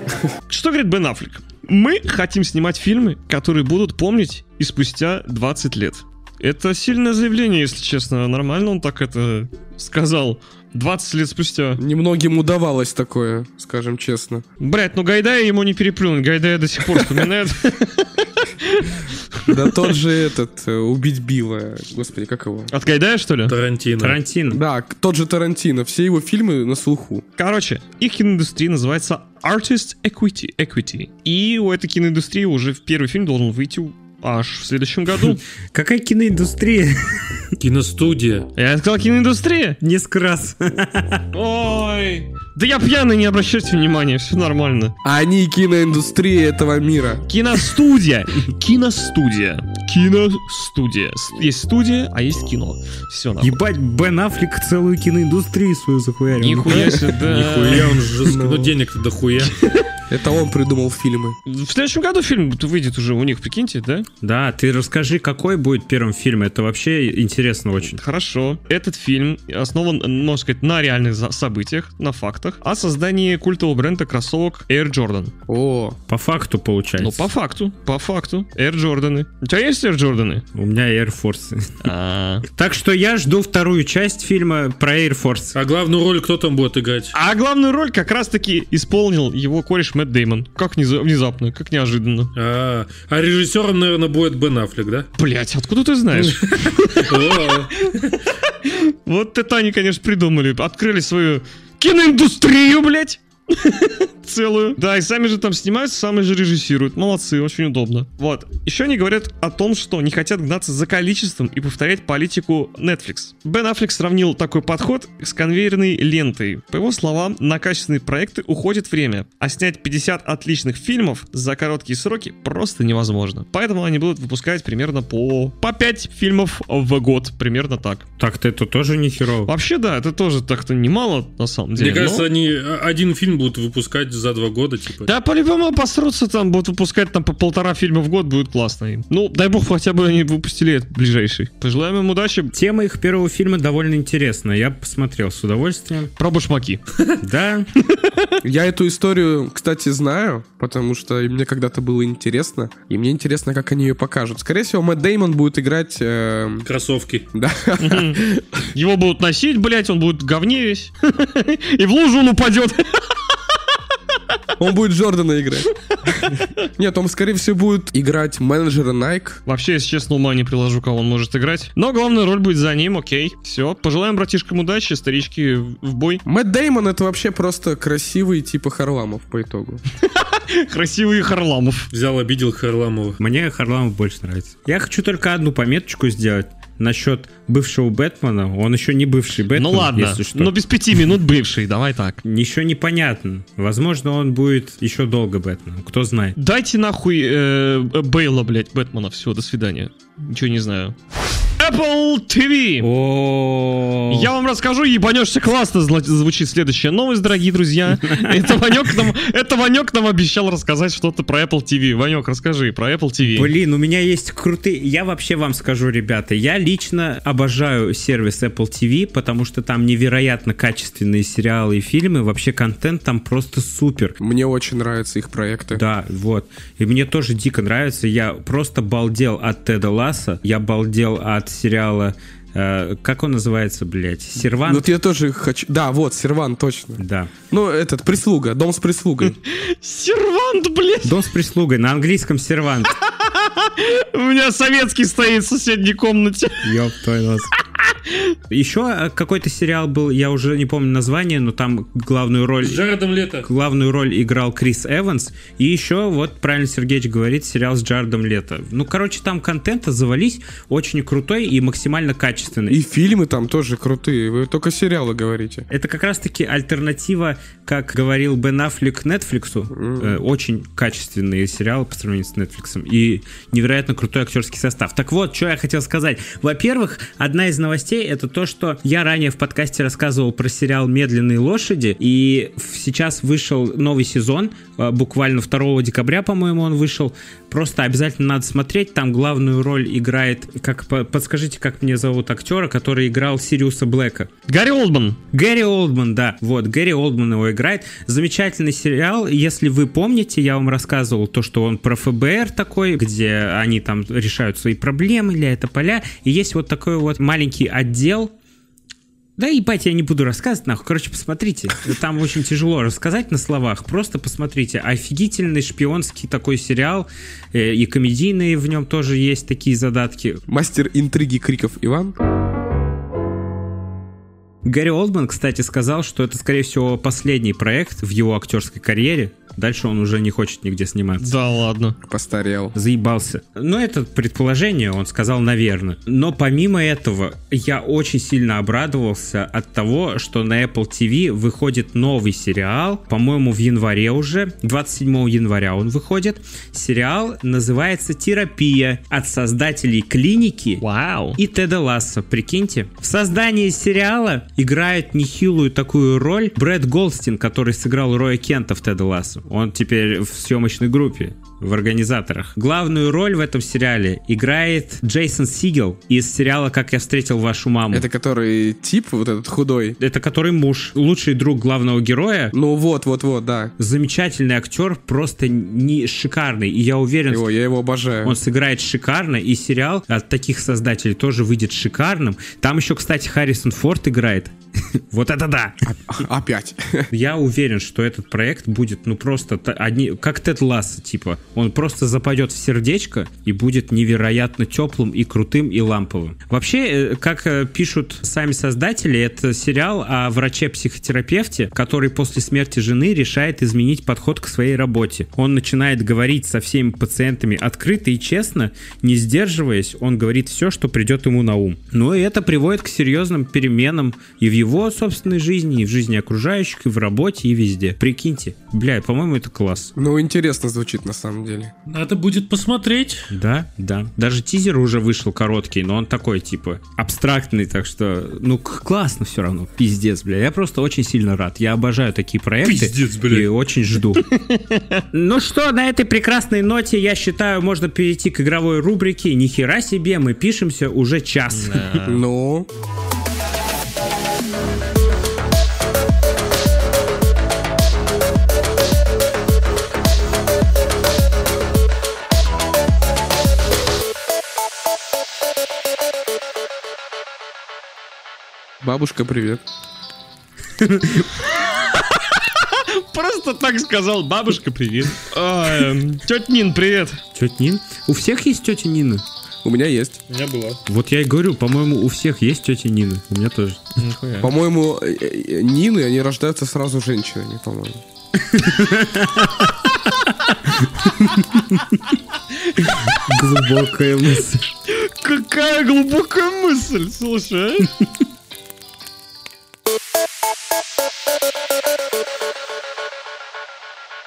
Speaker 2: Что говорит Бен Аффлек? Мы хотим снимать фильмы, которые будут помнить и спустя 20 лет. Это сильное заявление, если честно. Нормально он так это сказал. 20 лет спустя.
Speaker 3: Немногим удавалось такое, скажем честно.
Speaker 2: Блять, ну Гайдая ему не переплюнуть. Гайдая до сих пор вспоминает.
Speaker 3: Да тот же этот, э, убить Билла. Господи, как его?
Speaker 2: От Гайдая, что ли?
Speaker 5: Тарантино.
Speaker 4: Тарантино.
Speaker 3: Да, к- тот же Тарантино. Все его фильмы на слуху.
Speaker 2: Короче, их киноиндустрия называется Artist Equity. Equity. И у этой киноиндустрии уже в первый фильм должен выйти аж в следующем году.
Speaker 4: Какая киноиндустрия?
Speaker 5: Киностудия.
Speaker 2: Я сказал киноиндустрия.
Speaker 4: Несколько раз.
Speaker 2: Ой. Да я пьяный, не обращайте внимания, все нормально.
Speaker 3: А Они киноиндустрия этого мира.
Speaker 2: Киностудия. Киностудия. Киностудия. С- Есть студия, а есть кино. Все нахуй.
Speaker 4: Ебать, Бен Аффлек целую киноиндустрию свою захуярил.
Speaker 2: Нихуя себе, да.
Speaker 5: Нихуя он жестко. Ну денег-то дохуя.
Speaker 3: Это он придумал фильмы.
Speaker 2: В следующем году фильм выйдет уже у них, прикиньте, да?
Speaker 4: Да, ты расскажи, какой будет первым фильм. Это вообще интересно очень.
Speaker 2: Хорошо. Этот фильм основан, можно сказать, на реальных за- событиях, на фактах, о создании культового бренда кроссовок Air Jordan.
Speaker 3: О,
Speaker 4: По факту получается.
Speaker 2: Ну, по факту, по факту. Air Jordan. У тебя есть Air Jordan?
Speaker 4: У меня Air Force. Так что я жду вторую часть фильма про Air Force.
Speaker 5: А главную роль кто там будет играть?
Speaker 2: А главную роль как раз-таки исполнил его кореш Мэтт Деймон. Как низа- внезапно, как неожиданно.
Speaker 5: А, а режиссером, наверное, будет Бен Аффлек, да?
Speaker 2: Блять, откуда ты знаешь?
Speaker 5: О,
Speaker 2: Вот это они, конечно, придумали. Открыли свою киноиндустрию, блядь. Целую. Да, и сами же там снимаются, сами же режиссируют. Молодцы, очень удобно. Вот. Еще они говорят о том, что не хотят гнаться за количеством и повторять политику Netflix. Бен Аффлек сравнил такой подход с конвейерной лентой. По его словам, на качественные проекты уходит время, а снять 50 отличных фильмов за короткие сроки просто невозможно. Поэтому они будут выпускать примерно по, по 5 фильмов в год. Примерно так.
Speaker 4: Так-то это тоже не херово.
Speaker 2: Вообще, да, это тоже так-то немало, на самом деле.
Speaker 5: Мне кажется,
Speaker 2: но-
Speaker 5: они а, один фильм будут выпускать за два года, типа.
Speaker 2: Да, по-любому обосрутся там, будут выпускать там по полтора фильма в год, будет классно им. Ну, дай бог, хотя бы они выпустили этот ближайший. Пожелаем им удачи.
Speaker 4: Тема их первого фильма довольно интересная. Я посмотрел с удовольствием.
Speaker 2: Про башмаки.
Speaker 4: Да,
Speaker 3: я эту историю, кстати, знаю, потому что и мне когда-то было интересно. И мне интересно, как они ее покажут. Скорее всего, Мэтт Деймон будет играть... эм,
Speaker 5: Кроссовки.
Speaker 3: да,
Speaker 2: Его будут носить, блять, он будет в говне весь. И в лужу он упадет.
Speaker 3: Он будет Джордана играть. Нет, он, скорее всего, будет играть менеджера Nike.
Speaker 2: Вообще, если честно, ума не приложу, кого он может играть. Но главная роль будет за ним, окей. Все, пожелаем братишкам удачи, старички в бой.
Speaker 3: Мэтт Деймон это вообще просто красивый типа Харламов по итогу.
Speaker 2: Красивые Харламов.
Speaker 5: Взял, обидел Харламова.
Speaker 4: Мне Харламов больше нравится. Я хочу только одну пометочку сделать насчет бывшего Бэтмена. Он еще не бывший Бэтмен,
Speaker 2: ну ладно,
Speaker 4: если что.
Speaker 2: но без пяти минут бывший, давай так.
Speaker 4: Еще непонятно. Возможно, он будет еще долго Бэтменом, кто знает.
Speaker 2: Дайте нахуй э, Бейла, блядь, Бэтмена. Все, до свидания. Ничего не знаю. Apple TV!
Speaker 4: О,
Speaker 2: Я вам расскажу, ебанешься классно зла- звучит следующая новость, дорогие друзья. Это Ванек нам, это Ванек нам обещал рассказать что-то про Apple TV. Ванек, расскажи про Apple TV.
Speaker 4: Блин, у меня есть крутые... Я вообще вам скажу, ребята, я лично обожаю сервис Apple TV, потому что там невероятно качественные сериалы и фильмы, вообще контент там просто супер.
Speaker 3: Мне очень нравятся их проекты.
Speaker 4: Да, вот. И мне тоже дико нравится. Я просто балдел от Теда Ласса. Я балдел от сериала... э, как он называется, блядь? Сервант?
Speaker 3: Ну, вот я тоже хочу... Да, вот, Серван, точно.
Speaker 4: Да.
Speaker 3: Ну, этот, прислуга, дом с прислугой.
Speaker 2: Сервант, блядь!
Speaker 4: Дом с прислугой на английском сервант.
Speaker 2: У меня советский стоит в соседней комнате.
Speaker 4: Ёб твой нос. Еще э, какой-то сериал был, я уже не помню название, но там главную роль...
Speaker 5: С Джаредом Лето.
Speaker 4: Главную роль играл Крис Эванс. И еще, вот правильно Сергеевич говорит, сериал с Джардом Лето. Ну, короче, там контента завались очень крутой и максимально качественный.
Speaker 3: И фильмы там тоже крутые. Вы только сериалы говорите.
Speaker 4: Это как раз-таки альтернатива, как говорил Бен Аффлек, Нетфликсу. Э, очень качественные сериалы по сравнению с Нетфликсом. И невероятно крутой актерский состав. Так вот, что я хотел сказать. Во-первых, одна из новостей это то, что я ранее в подкасте рассказывал про сериал «Медленные лошади». И в- сейчас вышел новый сезон. э, Буквально 2 декабря, по-моему, он вышел. Просто обязательно надо смотреть. Там главную роль играет... Как, по- подскажите, как мне зовут актера, который играл Сириуса Блэка.
Speaker 2: Гарри Олдман.
Speaker 4: Гэри Олдман, да. Вот, Гэри Олдман его играет. Замечательный сериал. Если вы помните, я вам рассказывал то, что он про ФБР такой, где они там решают свои проблемы, ля это поля. И есть вот такой вот маленький отдел, да ебать, я не буду рассказывать, нахуй. Короче, посмотрите. Там очень тяжело рассказать на словах. Просто посмотрите. Офигительный шпионский такой сериал. э, И комедийные в нем тоже есть такие задатки.
Speaker 3: Мастер интриги криков Иван.
Speaker 4: Гарри Олдман, кстати, сказал, что это, скорее всего, последний проект в его актерской карьере. Дальше он уже не хочет нигде сниматься.
Speaker 2: Да ладно.
Speaker 3: Постарел.
Speaker 4: Заебался. Но это предположение, он сказал, наверное. Но помимо этого, я очень сильно обрадовался от того, что на Apple TV выходит новый сериал. По-моему, в январе уже. 27 января он выходит. Сериал называется «Терапия» от создателей клиники
Speaker 2: Вау.
Speaker 4: и Теда Ласса, прикиньте. В создании сериала играет нехилую такую роль Брэд Голстин, который сыграл Роя Кента в Теда Лассо. Он теперь в съемочной группе, в организаторах. Главную роль в этом сериале играет Джейсон Сигел из сериала «Как я встретил вашу маму».
Speaker 3: Это который тип вот этот худой.
Speaker 4: Это который муж, лучший друг главного героя.
Speaker 3: Ну вот, вот, вот, да.
Speaker 4: Замечательный актер, просто не шикарный. И я уверен,
Speaker 3: Его, я его обожаю.
Speaker 4: он сыграет шикарно, и сериал от таких создателей тоже выйдет шикарным. Там еще, кстати, Харрисон Форд играет. Вот это да!
Speaker 3: Опять.
Speaker 4: Я уверен, что этот проект будет, ну, просто та- одни... Как Тед Ласса, типа. Он просто западет в сердечко и будет невероятно теплым и крутым и ламповым. Вообще, э, как э, пишут сами создатели, это сериал о враче-психотерапевте, который после смерти жены решает изменить подход к своей работе. Он начинает говорить со всеми пациентами открыто и честно, не сдерживаясь, он говорит все, что придет ему на ум. Но и это приводит к серьезным переменам и в его собственной жизни, и в жизни окружающих, и в работе, и везде. Прикиньте, бля, по-моему, это класс.
Speaker 3: Ну, интересно звучит на самом деле.
Speaker 5: Надо будет посмотреть.
Speaker 4: Да, да. Даже тизер уже вышел короткий, но он такой, типа, абстрактный, так что, ну, к- классно все равно. Пиздец, бля. Я просто очень сильно рад. Я обожаю такие проекты.
Speaker 5: Пиздец, бля.
Speaker 4: И очень жду. Ну что, на этой прекрасной ноте, я считаю, можно перейти к игровой рубрике. Нихера себе, мы пишемся уже час.
Speaker 3: Ну, бабушка, привет.
Speaker 2: просто так сказал. Бабушка, привет. Тетя Нин, привет.
Speaker 4: Тетя Нин? У всех есть тетя Нина?
Speaker 3: У меня есть.
Speaker 5: У меня была.
Speaker 4: Вот я и говорю, по-моему, у всех есть тетя Нина. У меня тоже.
Speaker 3: По-моему, э, э, Нины, они рождаются сразу женщинами, по-моему.
Speaker 4: Глубокая мысль.
Speaker 2: Какая глубокая мысль, слушай. а.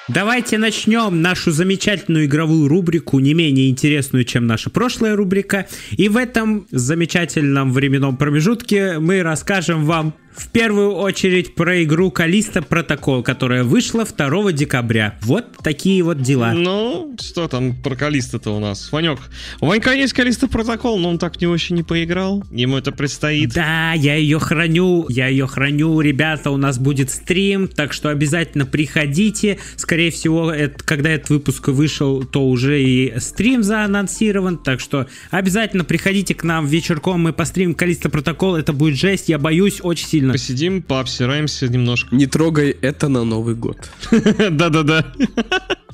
Speaker 4: Давайте начнем нашу замечательную игровую рубрику, не менее интересную, чем наша прошлая рубрика. И в этом замечательном временном промежутке мы расскажем вам в первую очередь про игру Калиста Протокол, которая вышла 2 декабря. Вот такие вот дела.
Speaker 2: Ну, что там про Калиста-то у нас? Ванек, у Ванька есть Калиста протокол, но он так в него еще не поиграл. Ему это предстоит.
Speaker 4: Да, я ее храню, я ее храню, ребята, у нас будет стрим, так что обязательно приходите. Скорее всего, это- когда этот выпуск вышел, то уже и стрим заанонсирован, так что обязательно приходите к нам вечерком, мы постримим Калиста Протокол, это будет жесть, я боюсь очень сильно.
Speaker 2: Посидим, пообсираемся немножко.
Speaker 3: Не трогай это на Новый год.
Speaker 2: Да-да-да.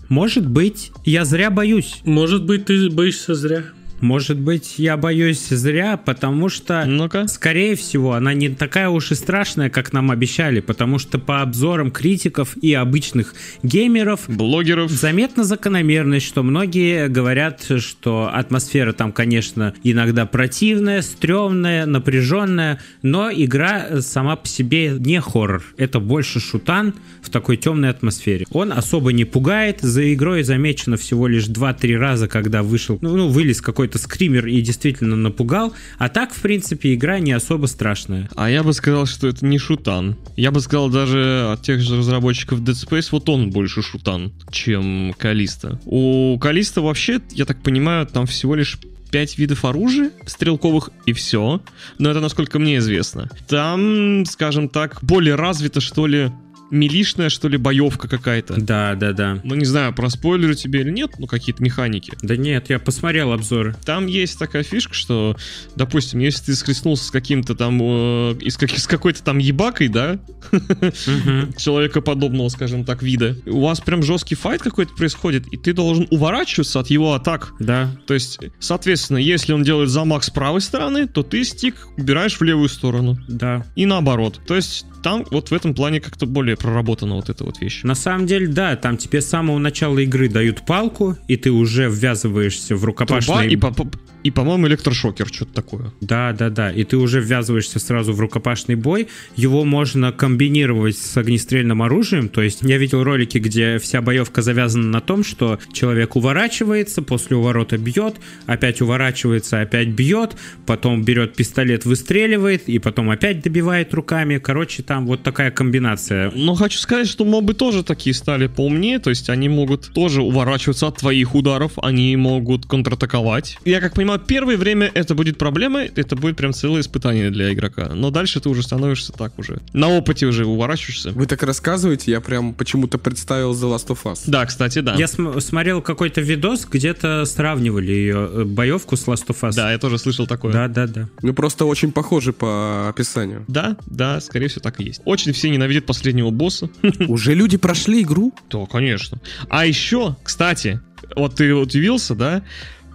Speaker 4: Может быть, я зря боюсь.
Speaker 5: Может быть, ты боишься зря.
Speaker 4: Может быть, я боюсь зря, потому что...
Speaker 2: Ну-ка.
Speaker 4: Скорее всего, она не такая уж и страшная, как нам обещали, потому что по обзорам критиков и обычных геймеров
Speaker 2: Блогеров.
Speaker 4: заметна закономерность, что многие говорят, что атмосфера там, конечно, иногда противная, стрёмная, напряженная, но игра сама по себе не хоррор. Это больше шутан в такой темной атмосфере. Он особо не пугает, за игрой замечено всего лишь 2-3 раза, когда вышел, ну, ну, вылез какой-то скример и действительно напугал, а так, в принципе, игра не особо страшная.
Speaker 2: А я бы сказал, что это не шутан. Я бы сказал даже от тех же разработчиков Dead Space, вот он больше шутан, чем Калиста. У Калиста вообще, я так понимаю, там всего лишь пять видов оружия стрелковых и все. Но это насколько мне известно. Там, скажем так, более развита, что ли, милишная, что ли, боевка какая-то.
Speaker 4: Да, да, да.
Speaker 2: Ну, не знаю, проспойлерю тебе или нет, ну, какие-то механики.
Speaker 4: Да нет, я посмотрел обзоры.
Speaker 2: Там есть такая фишка, что, допустим, если ты скрестнулся с каким-то там, э, из как- с какой-то там ебакой, да,
Speaker 4: Мгм.
Speaker 2: человека подобного, скажем так, вида, у вас прям жесткий файт какой-то происходит, и ты должен уворачиваться от его атак.
Speaker 4: Да,
Speaker 2: То есть, соответственно, если он делает замах с правой стороны, то ты стик убираешь в левую сторону.
Speaker 4: да.
Speaker 2: И наоборот. То есть, там вот в этом плане как-то более проработана вот эта вот вещь.
Speaker 4: На самом деле, да, там тебе с самого начала игры дают палку, и ты уже ввязываешься в
Speaker 2: Труба
Speaker 4: рукопашные...
Speaker 2: и, по- по- и, по-моему, электрошокер, что-то такое.
Speaker 4: Да, да, да, и ты уже ввязываешься сразу в рукопашный бой. Его можно комбинировать с огнестрельным оружием, то есть я видел ролики, где вся боевка завязана на том, что человек уворачивается, после уворота бьет, опять уворачивается, опять бьет, потом берет пистолет, выстреливает, и потом опять добивает руками. Короче, там вот такая комбинация.
Speaker 2: Но хочу сказать, что мобы тоже такие стали поумнее, то есть они могут тоже уворачиваться от твоих ударов, они могут контратаковать. Я как понимаю, первое время это будет проблема, это будет прям целое испытание для игрока. Но дальше ты уже становишься так уже. На опыте уже уворачиваешься.
Speaker 3: Вы так рассказываете, я прям почему-то представил The Last of Us.
Speaker 2: Да, кстати, да.
Speaker 4: Я см- смотрел какой-то видос, где-то сравнивали ее э, боевку с Last of Us.
Speaker 2: Да, я тоже слышал такое.
Speaker 4: да, да, да.
Speaker 3: Ну просто очень похожи по описанию.
Speaker 2: Да, да, скорее всего, так и есть. Очень все ненавидят последнего босса.
Speaker 3: Уже люди прошли игру?
Speaker 2: Да, конечно. А еще, кстати, вот ты удивился, да?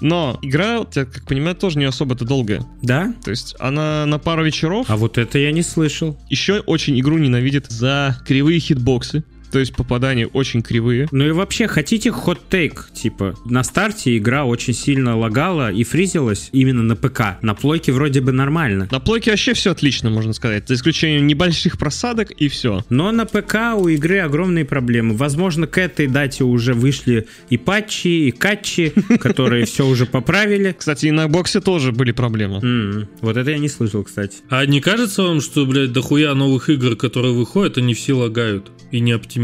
Speaker 2: Но игра, я как понимаю, тоже не особо-то долгая.
Speaker 4: Да?
Speaker 2: То есть она на пару вечеров.
Speaker 4: А вот это я не слышал.
Speaker 2: Еще очень игру ненавидит за кривые хитбоксы. То есть попадания очень кривые.
Speaker 4: Ну и вообще, хотите хот-тейк? Типа, на старте игра очень сильно лагала и фризилась именно на ПК. На плойке вроде бы нормально.
Speaker 2: На плойке вообще все отлично, можно сказать. За исключением небольших просадок и все.
Speaker 4: Но на ПК у игры огромные проблемы. Возможно, к этой дате уже вышли и патчи, и катчи, которые все уже поправили.
Speaker 2: Кстати, и на боксе тоже были проблемы.
Speaker 4: М, Вот это я не слышал, кстати.
Speaker 5: А не кажется вам, что, блядь, дохуя новых игр, которые выходят, они все лагают и не оптимизированы?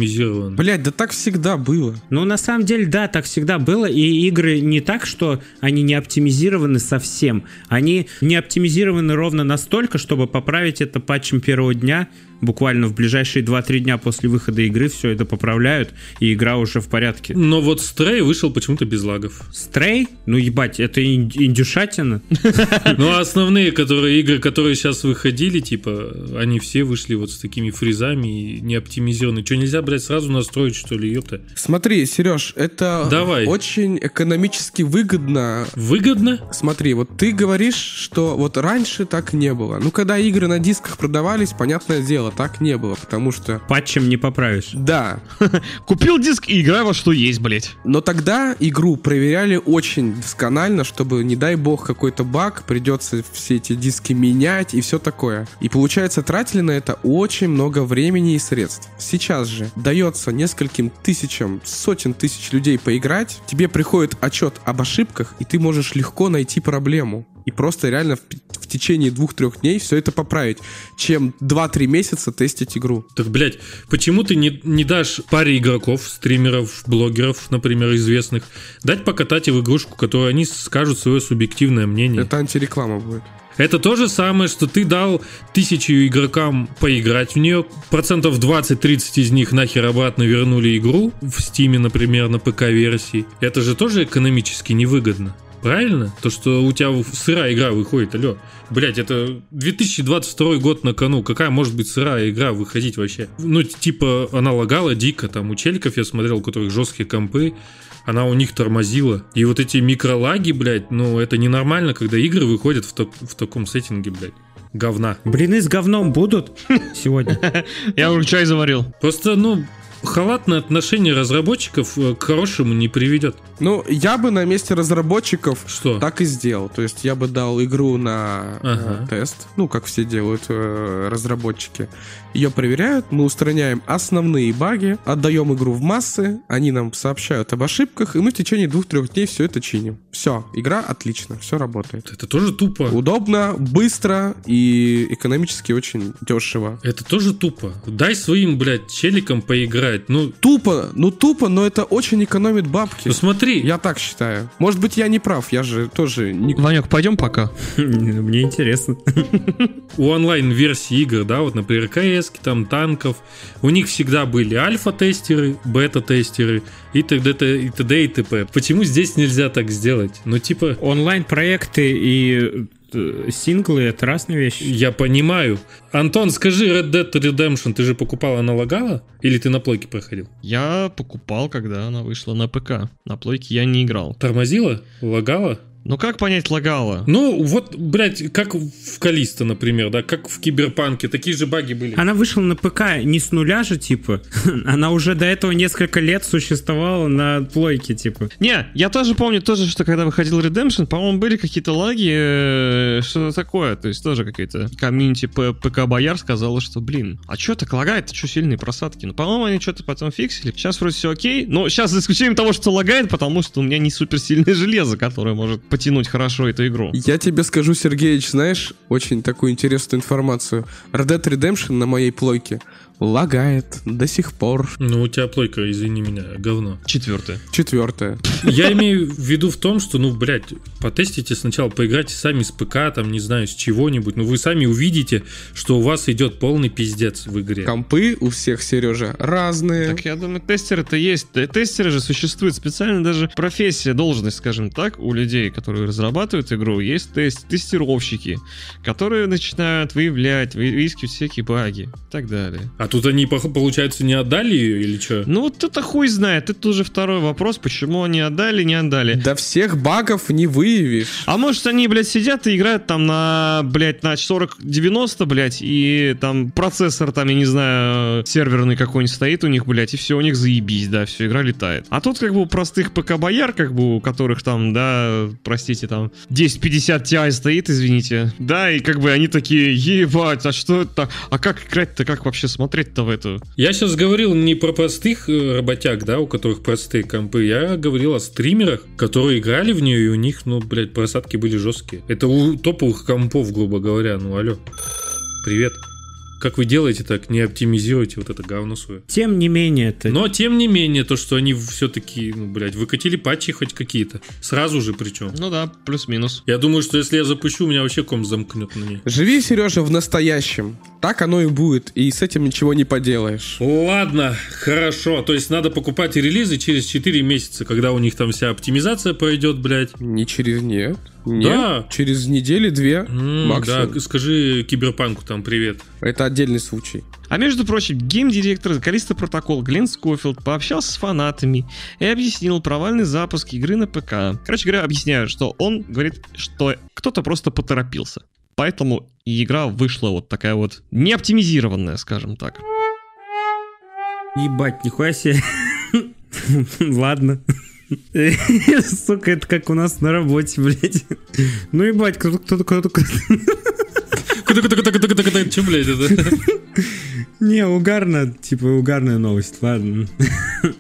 Speaker 3: Блять, да так всегда было.
Speaker 4: Ну, на самом деле, да, так всегда было. И игры не так, что они не оптимизированы совсем. Они не оптимизированы ровно настолько, чтобы поправить это патчем первого дня. буквально в ближайшие 2-3 дня после выхода игры все это поправляют, и игра уже в порядке.
Speaker 5: Но вот Стрей вышел почему-то без лагов.
Speaker 4: Стрей? Ну ебать, это ин- индюшатина.
Speaker 5: Ну, а основные которые, игры, которые сейчас выходили, типа, они все вышли вот с такими фризами и не оптимизированы. Что, нельзя, блядь, сразу настроить, что ли, ёпта?
Speaker 3: Смотри, Сереж, это
Speaker 5: Давай.
Speaker 3: очень экономически выгодно.
Speaker 5: Выгодно?
Speaker 3: Смотри, вот ты говоришь, что вот раньше так не было. Ну, когда игры на дисках продавались, понятное дело, так не было, потому что...
Speaker 4: Патчем не поправишь.
Speaker 3: Да,
Speaker 2: Купил диск и играй во что есть, блять.
Speaker 3: но тогда игру проверяли очень досконально, чтобы, не дай бог, какой-то баг, придется все эти диски менять и все такое. И получается, тратили на это очень много времени и средств. Сейчас же дается нескольким тысячам, сотен тысяч людей поиграть, тебе приходит отчет об ошибках, и ты можешь легко найти проблему. И просто реально в, в течение двух-трех дней все это поправить, чем 2-3 месяца тестить игру.
Speaker 5: Так, блядь, почему ты не, не дашь паре игроков, стримеров, блогеров, например, известных, дать покатать и в игрушку, которую они скажут свое субъективное мнение?
Speaker 3: Это антиреклама будет.
Speaker 5: Это то же самое, что ты дал тысячу игрокам поиграть в нее. Процентов 20-30 из них нахер обратно вернули игру в Стиме, например, на ПК-версии. Это же тоже экономически невыгодно. Правильно? То, что у тебя в- сырая игра выходит, алло. Блять, это 2022 год на кону. Какая может быть сырая игра выходить вообще? Ну, типа, она лагала дико. Там у челиков я смотрел, у которых жесткие компы она у них тормозила. И вот эти микролаги, блядь, ну это ненормально, когда игры выходят в, так- в таком сеттинге, блядь. Говна.
Speaker 4: Блины с говном будут сегодня?
Speaker 2: Я уже чай заварил.
Speaker 5: Просто, ну, халатное отношение разработчиков э, к хорошему не приведет.
Speaker 3: Ну, я бы на месте разработчиков
Speaker 5: Что?
Speaker 3: Так и сделал. То есть я бы дал игру на э,
Speaker 5: Ага.
Speaker 3: тест, ну, как все делают э, разработчики. Ее проверяют, мы устраняем основные баги, отдаем игру в массы, они нам сообщают об ошибках, и мы в течение двух-трех дней все это чиним. Все, игра отлично, все работает.
Speaker 5: Это тоже тупо.
Speaker 3: Удобно, быстро и экономически очень дешево.
Speaker 5: Это тоже тупо. Дай своим, блядь, челикам поиграть. Ну,
Speaker 3: Тупо, ну тупо, но это очень экономит бабки.
Speaker 5: ну смотри,
Speaker 3: Я так считаю. Может быть, я не прав, я же тоже не...
Speaker 2: Ванек, пойдем пока.
Speaker 4: Мне интересно.
Speaker 5: у онлайн-версии игр, да, вот, например, КС, там, танков, у них всегда были альфа-тестеры, бета-тестеры и т.д. и т.д. и т.п. Почему здесь нельзя так сделать? Ну, типа,
Speaker 4: Онлайн-проекты и э, синглы — это разные вещи.
Speaker 5: Я понимаю. Антон, скажи, Red Dead Redemption, ты же покупал, она лагала? Или ты на плойке проходил?
Speaker 2: Я покупал, когда она вышла на ПК. На плойке я не играл.
Speaker 5: Тормозила? Лагала?
Speaker 2: Ну как понять лагало?
Speaker 5: Ну, вот, блядь, как в Калиста, например, да, как в Киберпанке, такие же баги были.
Speaker 4: Она вышла на ПК не с нуля же, типа. Она уже до этого несколько лет существовала на плойке, типа.
Speaker 2: Не, я тоже помню тоже, что когда выходил Redemption, по-моему, были какие-то лаги, э, что-то такое. То есть тоже какие-то комьюнити П- ПК Бояр сказала, что, блин, а что так лагает? Что сильные просадки? Ну, по-моему, они что-то потом фиксили. Сейчас вроде все окей. Но сейчас за исключением того, что лагает, потому что у меня не суперсильное железо, которое может потянуть хорошо эту игру.
Speaker 3: Я тебе скажу, Сергеич, знаешь, очень такую интересную информацию. Red Dead Redemption на моей плойке лагает до сих пор.
Speaker 5: Ну, у тебя плойка, извини меня, говно.
Speaker 2: Четвертое.
Speaker 3: Четвертое.
Speaker 5: Я имею в виду в том, что, ну, блядь, потестите сначала, поиграйте сами с ПК, там, не знаю, с чего-нибудь, но вы сами увидите, что у вас идет полный пиздец в игре.
Speaker 3: Компы у всех, Сережа, разные.
Speaker 2: Так я думаю, тестеры это есть. Да, Тестеры же существует специально даже профессия, должность, скажем так, у людей, которые разрабатывают игру, есть тест, тестировщики, которые начинают выявлять, выискивать всякие баги и так далее.
Speaker 5: А тут они, пох- получается, не отдали ее или что?
Speaker 2: Ну вот это хуй знает, это уже второй вопрос, почему они отдали, не отдали.
Speaker 3: До всех багов не выявишь.
Speaker 2: А может они, блядь, сидят и играют там на, блядь, на 40-90, блядь, и там процессор там, я не знаю, серверный какой-нибудь стоит у них, блядь, и все, у них заебись, да, все, игра летает. А тут как бы у простых ПК-бояр, как бы у которых там, да, простите, там 1050 Ti стоит, извините. Да, и как бы они такие, ебать, а что это? так? А как играть-то, как вообще смотреть-то в эту?
Speaker 5: Я сейчас говорил не про простых э, работяг, да, у которых простые компы. Я говорил о стримерах, которые играли в нее, и у них, ну, блядь, просадки были жесткие. Это у топовых компов, грубо говоря. Ну, алло. Привет. Как вы делаете так, не оптимизируйте вот это говно свое.
Speaker 4: Тем не менее, это...
Speaker 5: Но, тем не менее, то, что они все-таки, ну, блядь, выкатили патчи хоть какие-то. Сразу же причем.
Speaker 2: Ну да, плюс-минус.
Speaker 5: Я думаю, что если я запущу, меня вообще ком замкнет на ней.
Speaker 3: Живи, Сережа, в настоящем. Так оно и будет, и с этим ничего не поделаешь.
Speaker 5: Ладно, хорошо. То есть надо покупать релизы через 4 месяца, когда у них там вся оптимизация пройдет, блядь.
Speaker 3: Не через нет. Нет,
Speaker 5: Да.
Speaker 3: через недели две
Speaker 5: М,
Speaker 3: максимум.
Speaker 5: Да, скажи Киберпанку там привет.
Speaker 3: Это отдельный случай.
Speaker 2: А между прочим, геймдиректор Калиста Протокол Глен Скофилд пообщался с фанатами и объяснил провальный запуск игры на ПК. Короче говоря, объясняю, что он говорит, что кто-то просто поторопился. Поэтому и игра вышла вот такая вот неоптимизированная, скажем так.
Speaker 4: Ебать, нихуя себе. Ладно. Сука, это как у нас на работе, блядь. Ну ебать, кто-то, кто-то, кто-то, кто-то.
Speaker 5: Че, блядь, это?
Speaker 4: Не, угарно, типа угарная новость, ладно.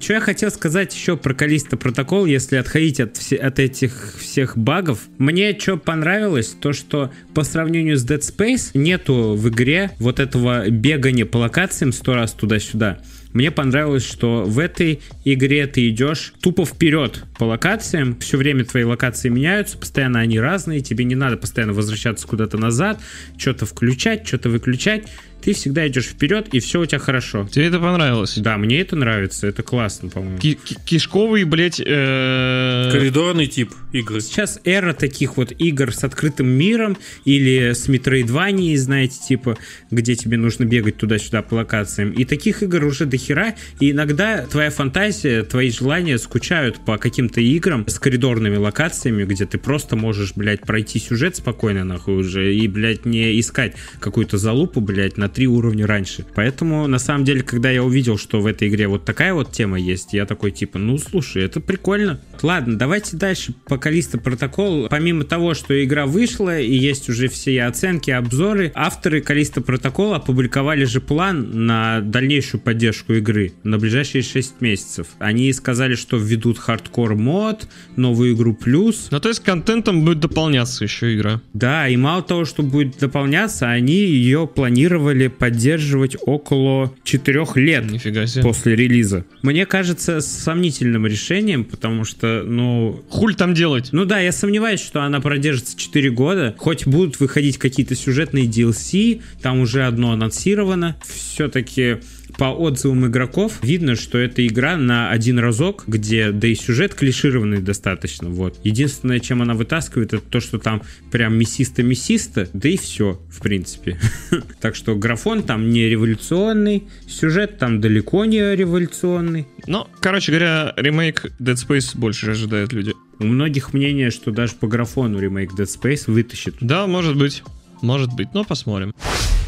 Speaker 4: Что я хотел сказать еще про Калиста Протокол, если отходить от, все- от этих всех багов. Мне что понравилось, то что по сравнению с Dead Space нету в игре вот этого бегания по локациям сто раз туда-сюда. Мне понравилось, что в этой игре ты идешь тупо вперед по локациям. Все время твои локации меняются, постоянно они разные. Тебе не надо постоянно возвращаться куда-то назад, что-то включать, что-то выключать. Ты всегда идешь вперед, и все у тебя хорошо.
Speaker 2: Тебе это понравилось?
Speaker 4: Да, мне это нравится, это классно, по-моему.
Speaker 2: Ки- ки- Кишковый, блядь, э,
Speaker 5: Коридорный тип игры.
Speaker 4: Сейчас эра таких вот игр с открытым миром или с Metroidvania, знаете, типа, где тебе нужно бегать туда-сюда по локациям. И таких игр уже дохера, и иногда твоя фантазия, твои желания скучают по каким-то играм с коридорными локациями, где ты просто можешь, блядь, пройти сюжет спокойно, нахуй, уже, и, блядь, не искать какую-то залупу, блядь, на три уровня раньше. Поэтому, на самом деле, когда я увидел, что в этой игре вот такая вот тема есть, я такой, типа, ну, слушай, это прикольно. Ладно, давайте дальше по Калиста Протокол. Помимо того, что игра вышла и есть уже все оценки, обзоры, авторы Калиста Протокола опубликовали же план на дальнейшую поддержку игры на ближайшие 6 месяцев. Они сказали, что введут хардкор мод, новую игру плюс,
Speaker 2: Ну, то есть контентом будет дополняться еще игра.
Speaker 4: да, и мало того, что будет дополняться, они ее планировали поддерживать около 4 лет
Speaker 2: Нифига себе.
Speaker 4: после релиза. Мне кажется, сомнительным решением, потому что, ну,
Speaker 2: Хуль там делать?
Speaker 4: ну да, я сомневаюсь, что она продержится 4 года. Хоть будут выходить какие-то сюжетные DLC, там уже одно анонсировано. Все-таки по отзывам игроков видно, что это игра на один разок, где, да и сюжет клишированный достаточно, вот. Единственное, чем она вытаскивает, это то, что там прям мясисто-мясисто, да и все, в принципе. Так что графон там не революционный, сюжет там далеко не революционный.
Speaker 2: Ну, короче говоря, ремейк Dead Space больше ожидают люди.
Speaker 4: У многих мнение, что даже по графону ремейк Dead Space вытащит
Speaker 2: Да, может быть. Может быть, но посмотрим.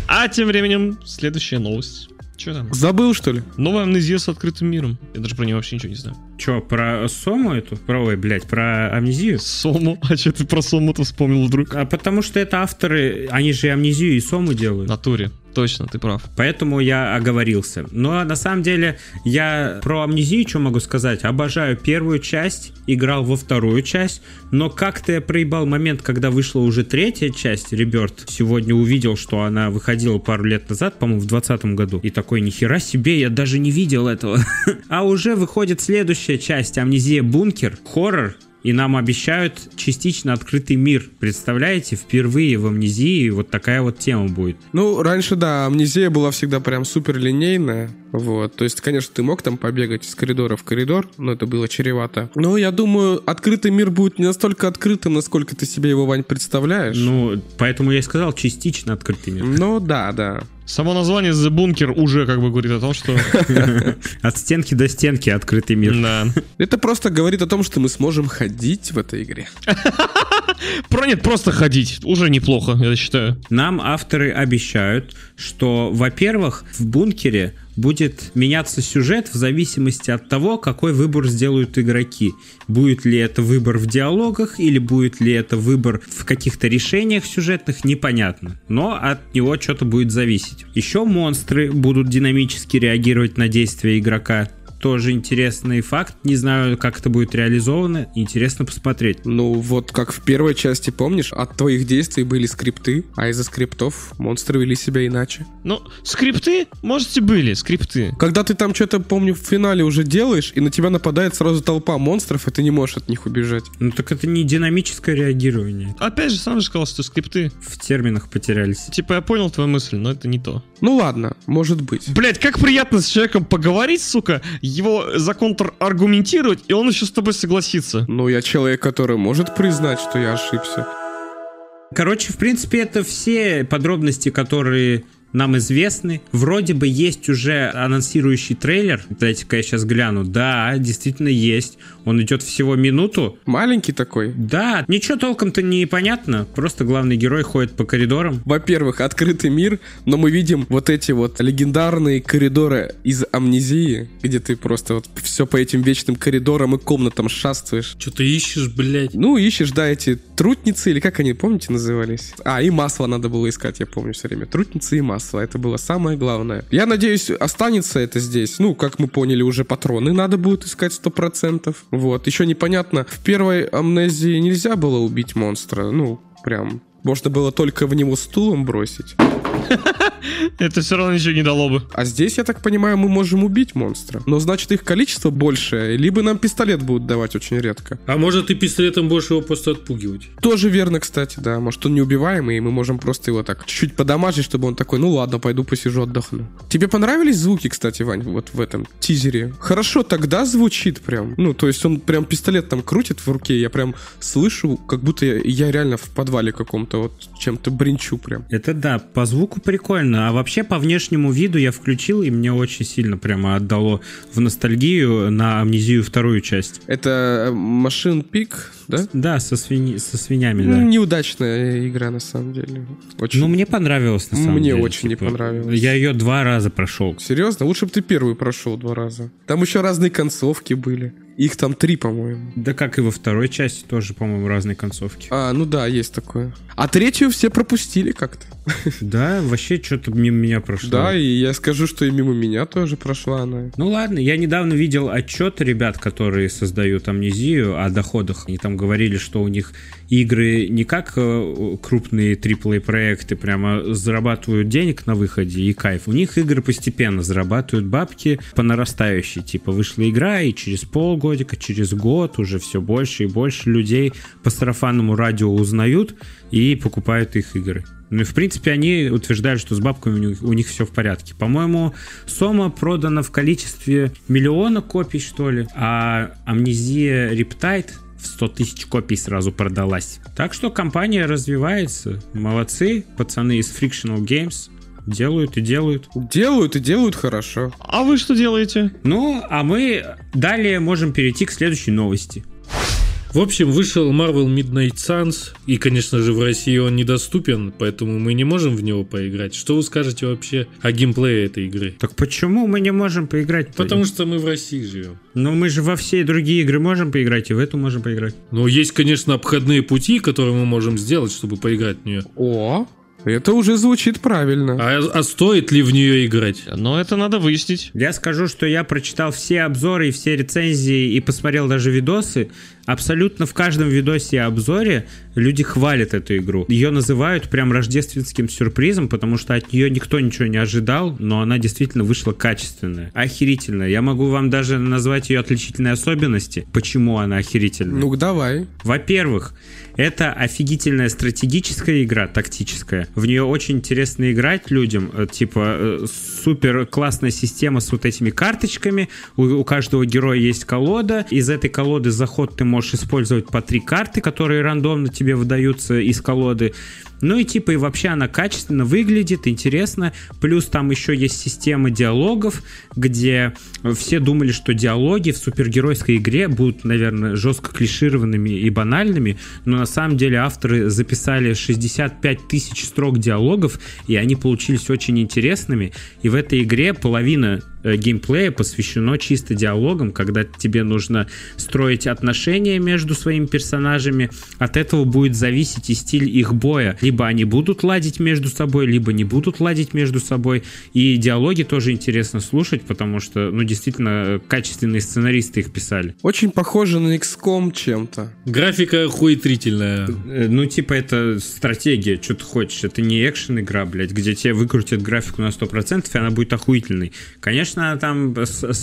Speaker 2: А тем временем, следующая новость. Че там?
Speaker 3: Забыл, что ли?
Speaker 2: Новая амнезия с открытым миром. Я даже про нее вообще ничего не знаю.
Speaker 4: Че, про Сому эту? Про, ой, блядь, про амнезию?
Speaker 2: Сому? А че ты про Сому-то вспомнил вдруг?
Speaker 4: А потому что это авторы, они же и амнезию, и Сому
Speaker 2: В
Speaker 4: делают.
Speaker 2: натуре. Точно, ты прав.
Speaker 4: Поэтому я оговорился. Но на самом деле я про амнезию что могу сказать? Обожаю первую часть, играл во вторую часть, но как-то я проебал момент, когда вышла уже третья часть Реберт. Сегодня увидел, что она выходила пару лет назад, по-моему, в 2020 году. И такой, нихера себе, я даже не видел этого. А уже выходит следующая часть Амнезия Бункер, хоррор, и нам обещают частично открытый мир. Представляете, впервые в амнезии вот такая вот тема будет.
Speaker 3: Ну, раньше, да, амнезия была всегда прям супер линейная. Вот. То есть, конечно, ты мог там побегать из коридора в коридор, но это было чревато. Но я думаю, открытый мир будет не настолько открытым, насколько ты себе его, Вань, представляешь.
Speaker 4: Ну, поэтому я и сказал частично открытый мир.
Speaker 3: Ну, да, да.
Speaker 2: Само название The Bunker уже как бы говорит о том, что...
Speaker 4: От стенки до стенки открытый мир.
Speaker 2: Да.
Speaker 3: Это просто говорит о том, что мы сможем ходить в этой игре.
Speaker 2: Про нет, просто ходить. Уже неплохо, я считаю.
Speaker 4: Нам авторы обещают, что, во-первых, в бункере будет меняться сюжет в зависимости от того, какой выбор сделают игроки. Будет ли это выбор в диалогах или будет ли это выбор в каких-то решениях сюжетных, непонятно. Но от него что-то будет зависеть. Еще монстры будут динамически реагировать на действия игрока. тоже интересный факт. Не знаю, как это будет реализовано. Интересно посмотреть.
Speaker 3: Ну, вот как в первой части, помнишь, от твоих действий были скрипты, а из-за скриптов монстры вели себя иначе.
Speaker 2: Ну, скрипты, может, и были, скрипты.
Speaker 3: Когда ты там что-то, помню, в финале уже делаешь, и на тебя нападает сразу толпа монстров, и ты не можешь от них убежать.
Speaker 4: Ну так это не динамическое реагирование.
Speaker 2: Опять же, сам же сказал, что скрипты.
Speaker 4: В терминах потерялись.
Speaker 2: Типа, я понял твою мысль, но это не то.
Speaker 3: Ну ладно, может быть.
Speaker 2: Блять, как приятно с человеком поговорить, сука, его законтраргументировать, и он еще с тобой согласится.
Speaker 3: Ну, я человек, который может признать, что я ошибся.
Speaker 4: Короче, в принципе, это все подробности, которые нам известны. Вроде бы есть уже анонсирующий трейлер. Дайте-ка я сейчас гляну. Да, действительно есть. Он идет всего минуту.
Speaker 3: Маленький такой.
Speaker 4: Да, ничего толком-то не понятно. Просто главный герой ходит по коридорам.
Speaker 3: Во-первых, открытый мир, но мы видим вот эти вот легендарные коридоры из амнезии, где ты просто вот все по этим вечным коридорам и комнатам шаствуешь.
Speaker 5: Что ты ищешь, блядь?
Speaker 3: Ну, ищешь, да, эти трутницы, или как они, помните, назывались? А, и масло надо было искать, я помню все время. Трутницы и масло масло. Это было самое главное. Я надеюсь, останется это здесь. Ну, как мы поняли, уже патроны надо будет искать 100%. Вот. Еще непонятно, в первой амнезии нельзя было убить монстра. Ну, прям. Можно было только в него стулом бросить.
Speaker 2: Это все равно ничего не дало бы.
Speaker 3: А здесь, я так понимаю, мы можем убить монстра. Но значит их количество больше, либо нам пистолет будут давать очень редко.
Speaker 5: А может и пистолетом больше его просто отпугивать.
Speaker 3: Тоже верно, кстати, да. Может он неубиваемый, и мы можем просто его так чуть-чуть подамажить, чтобы он такой, ну ладно, пойду посижу, отдохну. Тебе понравились звуки, кстати, Вань, вот в этом тизере? Хорошо тогда звучит прям. Ну, то есть он прям пистолет там крутит в руке, я прям слышу, как будто я, я реально в подвале каком-то вот чем-то бринчу прям.
Speaker 4: Это да, по звуку прикольно, а вообще по внешнему виду я включил, и мне очень сильно прямо отдало в ностальгию на амнезию вторую часть.
Speaker 3: Это машин пик, да?
Speaker 4: Да, со, свинь... со свинями, да.
Speaker 3: Неудачная игра, на самом деле.
Speaker 4: Очень... Ну, мне понравилось, на самом
Speaker 3: Мне
Speaker 4: деле. типа.
Speaker 3: очень не понравилось.
Speaker 4: Я ее два раза прошел.
Speaker 3: Серьезно? Лучше бы ты первую прошел два раза. Там еще разные концовки были. Их там три, по-моему.
Speaker 4: Да как и во второй части тоже, по-моему, разные концовки.
Speaker 3: А, ну да, есть такое. А третью все пропустили как-то.
Speaker 4: Да, вообще что-то мимо меня прошло.
Speaker 3: Да, и я скажу, что и мимо меня тоже прошла она.
Speaker 4: Ну ладно, я недавно видел отчет ребят, которые создают амнезию о доходах. Они там говорили, что у них игры не как э, крупные AAA проекты прямо зарабатывают денег на выходе и кайф. У них игры постепенно зарабатывают бабки по нарастающей. Типа вышла игра, и через полгодика, через год уже все больше и больше людей по сарафанному радио узнают и покупают их игры. Ну и в принципе они утверждали, что с бабками у них, у них все в порядке. По-моему, Сома продана в количестве миллиона копий, что ли, а Амнезия Рептайт в 100 тысяч копий сразу продалась. Так что компания развивается. Молодцы, пацаны из Frictional Games. Делают и делают.
Speaker 3: Делают и делают хорошо.
Speaker 2: А вы что делаете?
Speaker 4: Ну, а мы далее можем перейти к следующей новости.
Speaker 5: В общем, вышел Marvel Midnight Suns, и, конечно же, в России он недоступен, поэтому мы не можем в него поиграть. Что вы скажете вообще о геймплее этой игры?
Speaker 4: Так почему мы не можем поиграть? -то?
Speaker 5: Потому что мы в России живем.
Speaker 4: Но мы же во все другие игры можем поиграть, и в эту можем поиграть.
Speaker 5: Ну, есть, конечно, обходные пути, которые мы можем сделать, чтобы поиграть в нее.
Speaker 3: О, это уже звучит правильно.
Speaker 5: А, а стоит ли в нее играть?
Speaker 2: Но это надо выяснить.
Speaker 4: Я скажу, что я прочитал все обзоры и все рецензии и посмотрел даже видосы. Абсолютно в каждом видосе и обзоре люди хвалят эту игру. Ее называют прям рождественским сюрпризом, потому что от нее никто ничего не ожидал, но она действительно вышла качественная. Охерительная. Я могу вам даже назвать ее отличительные особенности, почему она охерительная.
Speaker 3: Ну, давай.
Speaker 4: Во-первых, это офигительная стратегическая игра, тактическая. В нее очень интересно играть людям. Типа э, супер классная система с вот этими карточками. У, у каждого героя есть колода. Из этой колоды за ход ты можешь использовать по три карты, которые рандомно тебе выдаются из колоды. Ну и типа и вообще она качественно выглядит, интересно. Плюс там еще есть система диалогов, где все думали, что диалоги в супергеройской игре будут, наверное, жестко клишированными и банальными, но на самом деле авторы записали 65 тысяч строк диалогов, и они получились очень интересными. И в этой игре половина э, геймплея посвящено чисто диалогам, когда тебе нужно строить отношения между своими персонажами. От этого будет зависеть и стиль их боя. Либо они будут ладить между собой, либо не будут ладить между собой. И диалоги тоже интересно слушать, потому что, ну, действительно, качественные сценаристы их писали.
Speaker 3: Очень похоже на XCOM чем-то.
Speaker 5: Графика хуетрительная.
Speaker 4: Ну, типа, это стратегия, что ты хочешь. Это не экшен-игра, блядь, где тебе выкрутят графику на 100%, и она будет охуительной. Конечно, она там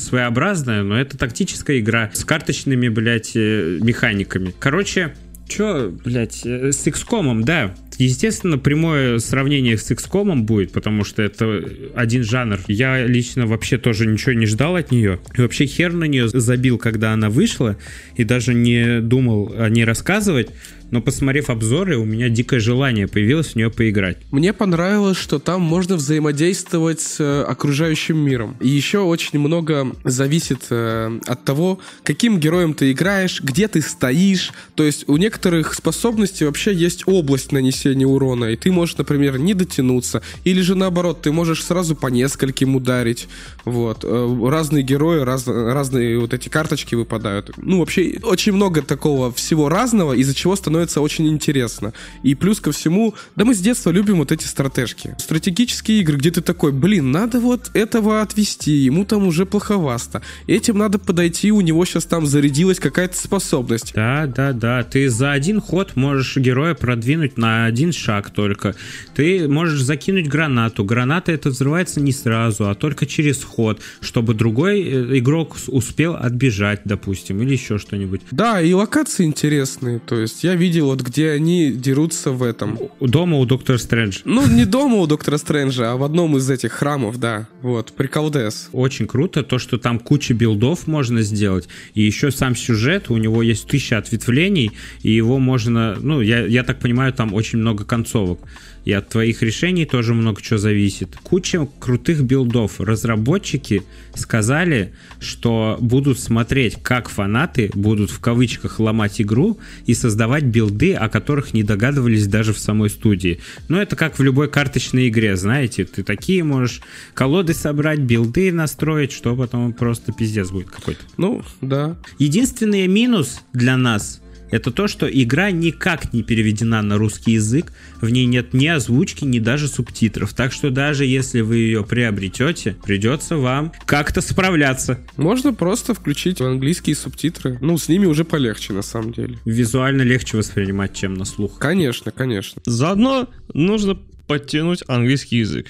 Speaker 4: своеобразная, но это тактическая игра с карточными, блядь, э, механиками. Короче, Чё, блядь, э, с XCOM, да. Естественно, прямое сравнение с XCOM будет, потому что это один жанр. Я лично вообще тоже ничего не ждал от нее. И вообще хер на нее забил, когда она вышла, и даже не думал о ней рассказывать. Но посмотрев обзоры, у меня дикое желание появилось в нее поиграть.
Speaker 3: Мне понравилось, что там можно взаимодействовать с э, окружающим миром. И еще очень много зависит э, от того, каким героем ты играешь, где ты стоишь. То есть у некоторых способностей вообще есть область нанесения урона, и ты можешь, например, не дотянуться, или же наоборот, ты можешь сразу по нескольким ударить. Вот. э, Разные герои, раз, разные вот эти карточки выпадают. Ну, вообще, очень много такого всего разного, из-за чего становится становится очень интересно. И плюс ко всему, да мы с детства любим вот эти стратежки. Стратегические игры, где ты такой, блин, надо вот этого отвести, ему там уже плоховасто. Этим надо подойти, у него сейчас там зарядилась какая-то способность.
Speaker 4: Да, да, да. Ты за один ход можешь героя продвинуть на один шаг только. Ты можешь закинуть гранату. Граната это взрывается не сразу, а только через ход, чтобы другой э, игрок успел отбежать, допустим, или еще что-нибудь.
Speaker 3: Да, и локации интересные. То есть я видел видел, вот где они дерутся в этом.
Speaker 4: Дома у Доктора Стрэнджа.
Speaker 3: Ну, не дома у Доктора Стрэнджа, а в одном из этих храмов, да. Вот, приколдес.
Speaker 4: Очень круто то, что там куча билдов можно сделать. И еще сам сюжет, у него есть тысяча ответвлений, и его можно, ну, я, я так понимаю, там очень много концовок. И от твоих решений тоже много чего зависит. Куча крутых билдов. Разработчики сказали, что будут смотреть, как фанаты будут в кавычках ломать игру и создавать билды, о которых не догадывались даже в самой студии. Но это как в любой карточной игре, знаете, ты такие можешь колоды собрать, билды настроить, что потом просто пиздец будет какой-то.
Speaker 3: Ну, да.
Speaker 4: Единственный минус для нас это то, что игра никак не переведена на русский язык, в ней нет ни озвучки, ни даже субтитров. Так что даже если вы ее приобретете, придется вам как-то справляться.
Speaker 3: Можно просто включить английские субтитры. Ну, с ними уже полегче, на самом деле.
Speaker 4: Визуально легче воспринимать, чем на слух.
Speaker 3: Конечно, конечно.
Speaker 2: Заодно нужно подтянуть английский язык.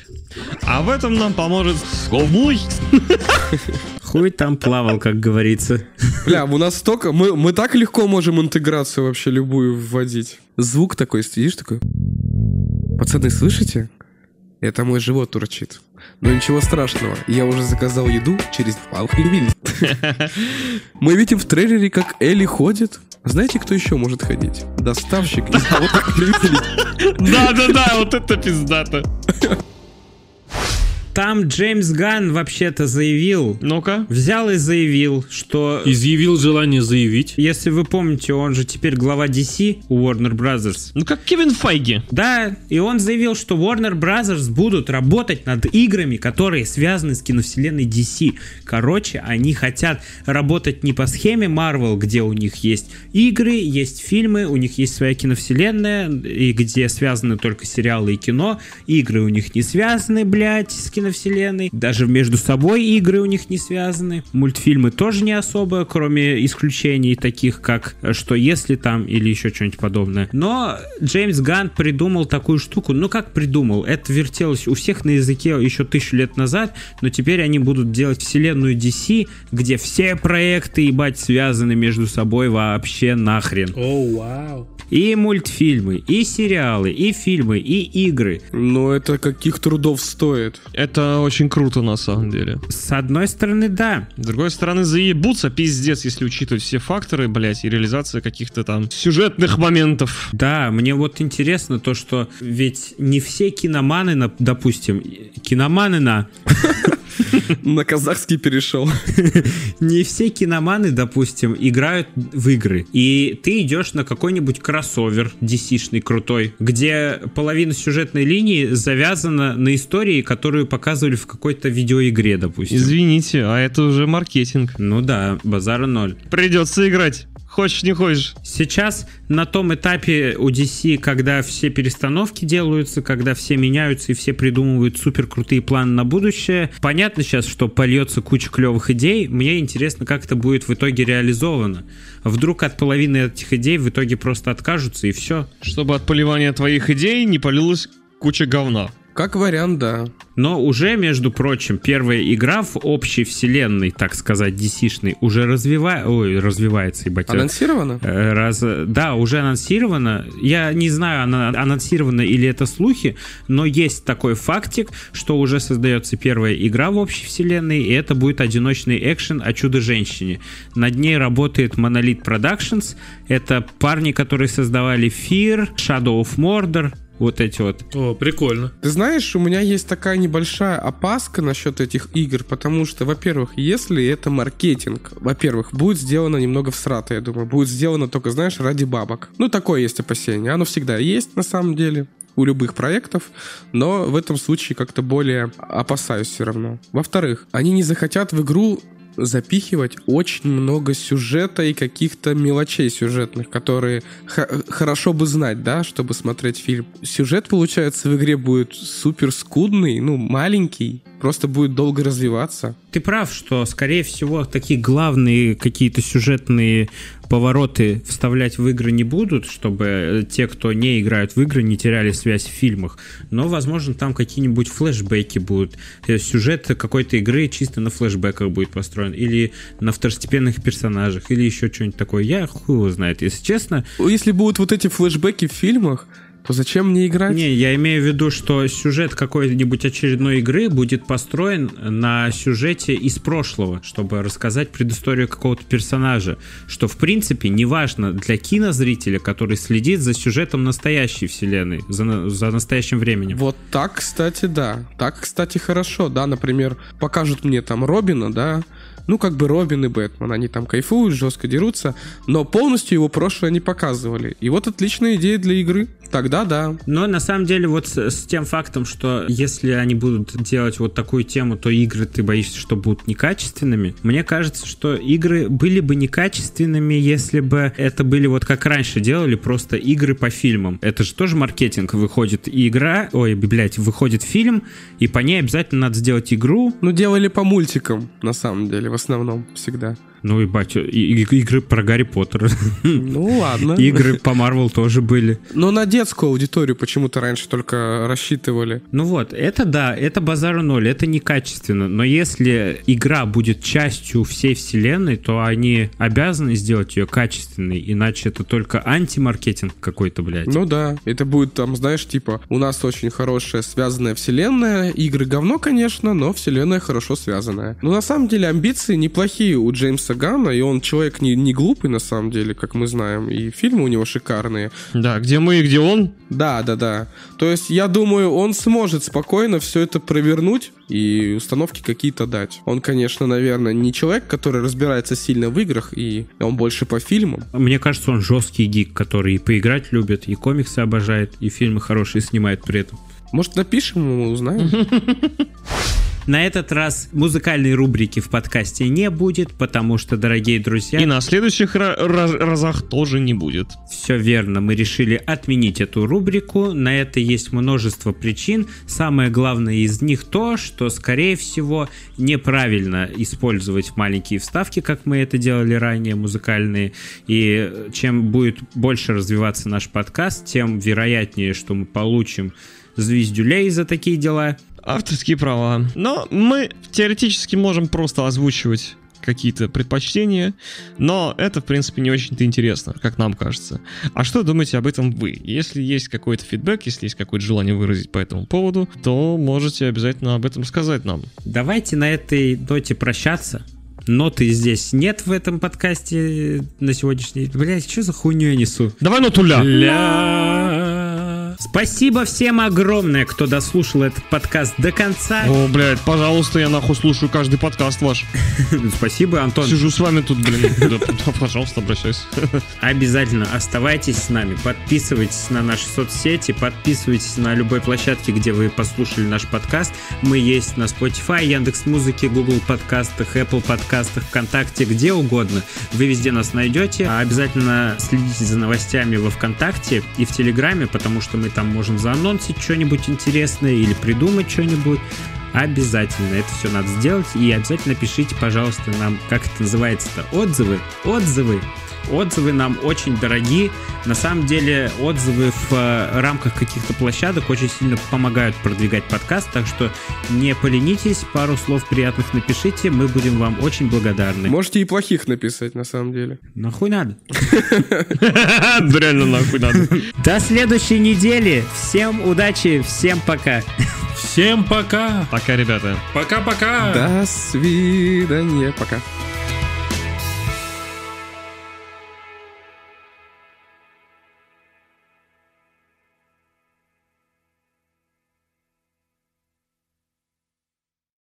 Speaker 2: А в этом нам поможет словой.
Speaker 4: Хуй там плавал, как говорится.
Speaker 3: Бля, у нас столько... Мы, мы так легко можем интеграцию вообще любую вводить. Звук такой, сидишь такой... Пацаны, слышите? Это мой живот урчит. Но ничего страшного, я уже заказал еду через Павел Мы видим в трейлере, как Элли ходит. Знаете, кто еще может ходить? Доставщик из кого-то
Speaker 2: Да-да-да, вот это пиздато.
Speaker 4: Там Джеймс Ган вообще-то заявил.
Speaker 2: Ну-ка.
Speaker 4: Взял и заявил, что...
Speaker 5: Изъявил желание заявить.
Speaker 4: Если вы помните, он же теперь глава DC у Warner Brothers.
Speaker 2: Ну как Кевин Файги.
Speaker 4: Да, и он заявил, что Warner Brothers будут работать над играми, которые связаны с киновселенной DC. Короче, они хотят работать не по схеме Marvel, где у них есть игры, есть фильмы, у них есть своя киновселенная, и где связаны только сериалы и кино. Игры у них не связаны, блядь, с кино киновселенной. Даже между собой игры у них не связаны. Мультфильмы тоже не особо, кроме исключений таких, как э, «Что если там» или еще что-нибудь подобное. Но Джеймс Ганн придумал такую штуку. Ну как придумал? Это вертелось у всех на языке еще тысячу лет назад, но теперь они будут делать вселенную DC, где все проекты, ебать, связаны между собой вообще нахрен.
Speaker 5: О, oh, вау. Wow.
Speaker 4: И мультфильмы, и сериалы, и фильмы, и игры.
Speaker 3: Но это каких трудов стоит?
Speaker 2: Это очень круто на самом деле.
Speaker 4: С одной стороны, да.
Speaker 2: С другой стороны, заебутся пиздец, если учитывать все факторы, блять, и реализация каких-то там сюжетных моментов.
Speaker 4: Да, мне вот интересно то, что ведь не все киноманы, на, допустим, киноманы на...
Speaker 3: На казахский перешел.
Speaker 4: Не все киноманы, допустим, играют в игры. И ты идешь на какой-нибудь кроссовер DC-шный крутой, где половина сюжетной линии завязана на истории, которую показывали в какой-то видеоигре, допустим.
Speaker 2: Извините, а это уже маркетинг.
Speaker 4: Ну да, базара ноль.
Speaker 2: Придется играть. Хочешь, не хочешь.
Speaker 4: Сейчас на том этапе у DC, когда все перестановки делаются, когда все меняются и все придумывают супер крутые планы на будущее, понятно сейчас, что польется куча клевых идей. Мне интересно, как это будет в итоге реализовано. Вдруг от половины этих идей в итоге просто откажутся и все.
Speaker 2: Чтобы от поливания твоих идей не полилась куча говна.
Speaker 3: Как вариант, да.
Speaker 4: Но уже, между прочим, первая игра в общей вселенной, так сказать, DC-шной, уже развива... Ой, развивается, ебать.
Speaker 3: Анонсировано?
Speaker 4: Э, Раз... Да, уже анонсировано. Я не знаю, она... анонсировано или это слухи, но есть такой фактик, что уже создается первая игра в общей вселенной, и это будет одиночный экшен о Чудо-женщине. Над ней работает Monolith Productions. Это парни, которые создавали Fear, Shadow of Mordor, вот эти вот.
Speaker 5: О, прикольно.
Speaker 3: Ты знаешь, у меня есть такая небольшая опаска насчет этих игр, потому что, во-первых, если это маркетинг, во-первых, будет сделано немного всрато, я думаю. Будет сделано только, знаешь, ради бабок. Ну, такое есть опасение. Оно всегда есть, на самом деле у любых проектов, но в этом случае как-то более опасаюсь все равно. Во-вторых, они не захотят в игру запихивать очень много сюжета и каких-то мелочей сюжетных, которые хорошо бы знать, да, чтобы смотреть фильм. Сюжет, получается, в игре будет супер скудный, ну, маленький, просто будет долго развиваться.
Speaker 4: Ты прав, что, скорее всего, такие главные какие-то сюжетные повороты вставлять в игры не будут, чтобы те, кто не играют в игры, не теряли связь в фильмах. Но, возможно, там какие-нибудь флешбеки будут. Э, Сюжет какой-то игры чисто на флешбеках будет построен. Или на второстепенных персонажах. Или еще что-нибудь такое. Я хуй его знает, если честно.
Speaker 3: Если будут вот эти флешбеки в фильмах, то зачем мне играть?
Speaker 4: Не, я имею в виду, что сюжет какой-нибудь очередной игры будет построен на сюжете из прошлого, чтобы рассказать предысторию какого-то персонажа, что в принципе не важно для кинозрителя, который следит за сюжетом настоящей вселенной, за, за настоящим временем.
Speaker 3: Вот так, кстати, да. Так, кстати, хорошо, да, например, покажут мне там Робина, да, ну, как бы Робин и Бэтмен, они там кайфуют, жестко дерутся, но полностью его прошлое не показывали. И вот отличная идея для игры. Тогда да.
Speaker 4: Но на самом деле вот с, с тем фактом, что если они будут делать вот такую тему, то игры ты боишься, что будут некачественными. Мне кажется, что игры были бы некачественными, если бы это были вот как раньше делали, просто игры по фильмам. Это же тоже маркетинг. Выходит игра, ой, блядь, выходит фильм, и по ней обязательно надо сделать игру.
Speaker 3: Ну, делали по мультикам, на самом деле, в основном, всегда.
Speaker 4: Ну, ебать, и, и, игры про Гарри Поттера.
Speaker 3: Ну, ладно.
Speaker 4: Игры по Марвел тоже были.
Speaker 3: Но на детскую аудиторию почему-то раньше только рассчитывали.
Speaker 4: Ну вот, это да, это базар ноль, это некачественно. Но если игра будет частью всей вселенной, то они обязаны сделать ее качественной, иначе это только антимаркетинг какой-то, блядь.
Speaker 3: Ну да, это будет там, знаешь, типа, у нас очень хорошая связанная вселенная, игры говно, конечно, но вселенная хорошо связанная. Но на самом деле амбиции неплохие у Джеймса Джеймса Ганна, и он человек не, не глупый на самом деле, как мы знаем, и фильмы у него шикарные.
Speaker 2: Да, где мы и где он?
Speaker 3: Да, да, да. То есть я думаю, он сможет спокойно все это провернуть и установки какие-то дать. Он, конечно, наверное, не человек, который разбирается сильно в играх, и он больше по фильмам.
Speaker 4: Мне кажется, он жесткий гик, который и поиграть любит, и комиксы обожает, и фильмы хорошие снимает при этом.
Speaker 3: Может, напишем ему, узнаем?
Speaker 4: На этот раз музыкальной рубрики в подкасте не будет, потому что, дорогие друзья...
Speaker 2: И на следующих разах тоже не будет.
Speaker 4: Все верно, мы решили отменить эту рубрику. На это есть множество причин. Самое главное из них то, что, скорее всего, неправильно использовать маленькие вставки, как мы это делали ранее, музыкальные. И чем будет больше развиваться наш подкаст, тем вероятнее, что мы получим звездюлей за такие дела
Speaker 2: авторские права. Но мы теоретически можем просто озвучивать какие-то предпочтения, но это, в принципе, не очень-то интересно, как нам кажется. А что думаете об этом вы? Если есть какой-то фидбэк, если есть какое-то желание выразить по этому поводу, то можете обязательно об этом сказать нам.
Speaker 4: Давайте на этой доте прощаться. Ноты здесь нет в этом подкасте на сегодняшний... Блять, что за хуйню я несу?
Speaker 2: Давай ноту ля.
Speaker 4: ля. Спасибо всем огромное, кто дослушал этот подкаст до конца.
Speaker 2: О, блядь, пожалуйста, я нахуй слушаю каждый подкаст ваш.
Speaker 4: Спасибо, Антон.
Speaker 2: Сижу с вами тут, блин. Да, да, Пожалуйста, обращайся.
Speaker 4: Обязательно оставайтесь с нами, подписывайтесь на наши соцсети, подписывайтесь на любой площадке, где вы послушали наш подкаст. Мы есть на Spotify, Яндекс Музыке, Google подкастах, Apple подкастах, ВКонтакте, где угодно. Вы везде нас найдете. А Обязательно следите за новостями во ВКонтакте и в Телеграме, потому что мы там можем заанонсить что-нибудь интересное или придумать что-нибудь. Обязательно это все надо сделать. И обязательно пишите, пожалуйста, нам, как это называется-то, отзывы. Отзывы. Отзывы нам очень дороги. На самом деле отзывы в э, рамках каких-то площадок очень сильно помогают продвигать подкаст, так что не поленитесь, пару слов приятных напишите, мы будем вам очень благодарны.
Speaker 3: Можете и плохих написать, на самом деле.
Speaker 4: Нахуй надо.
Speaker 2: Да реально нахуй надо.
Speaker 4: До следующей недели. Всем удачи, всем пока.
Speaker 5: Всем пока!
Speaker 2: Пока, ребята.
Speaker 5: Пока-пока!
Speaker 3: До свидания, пока.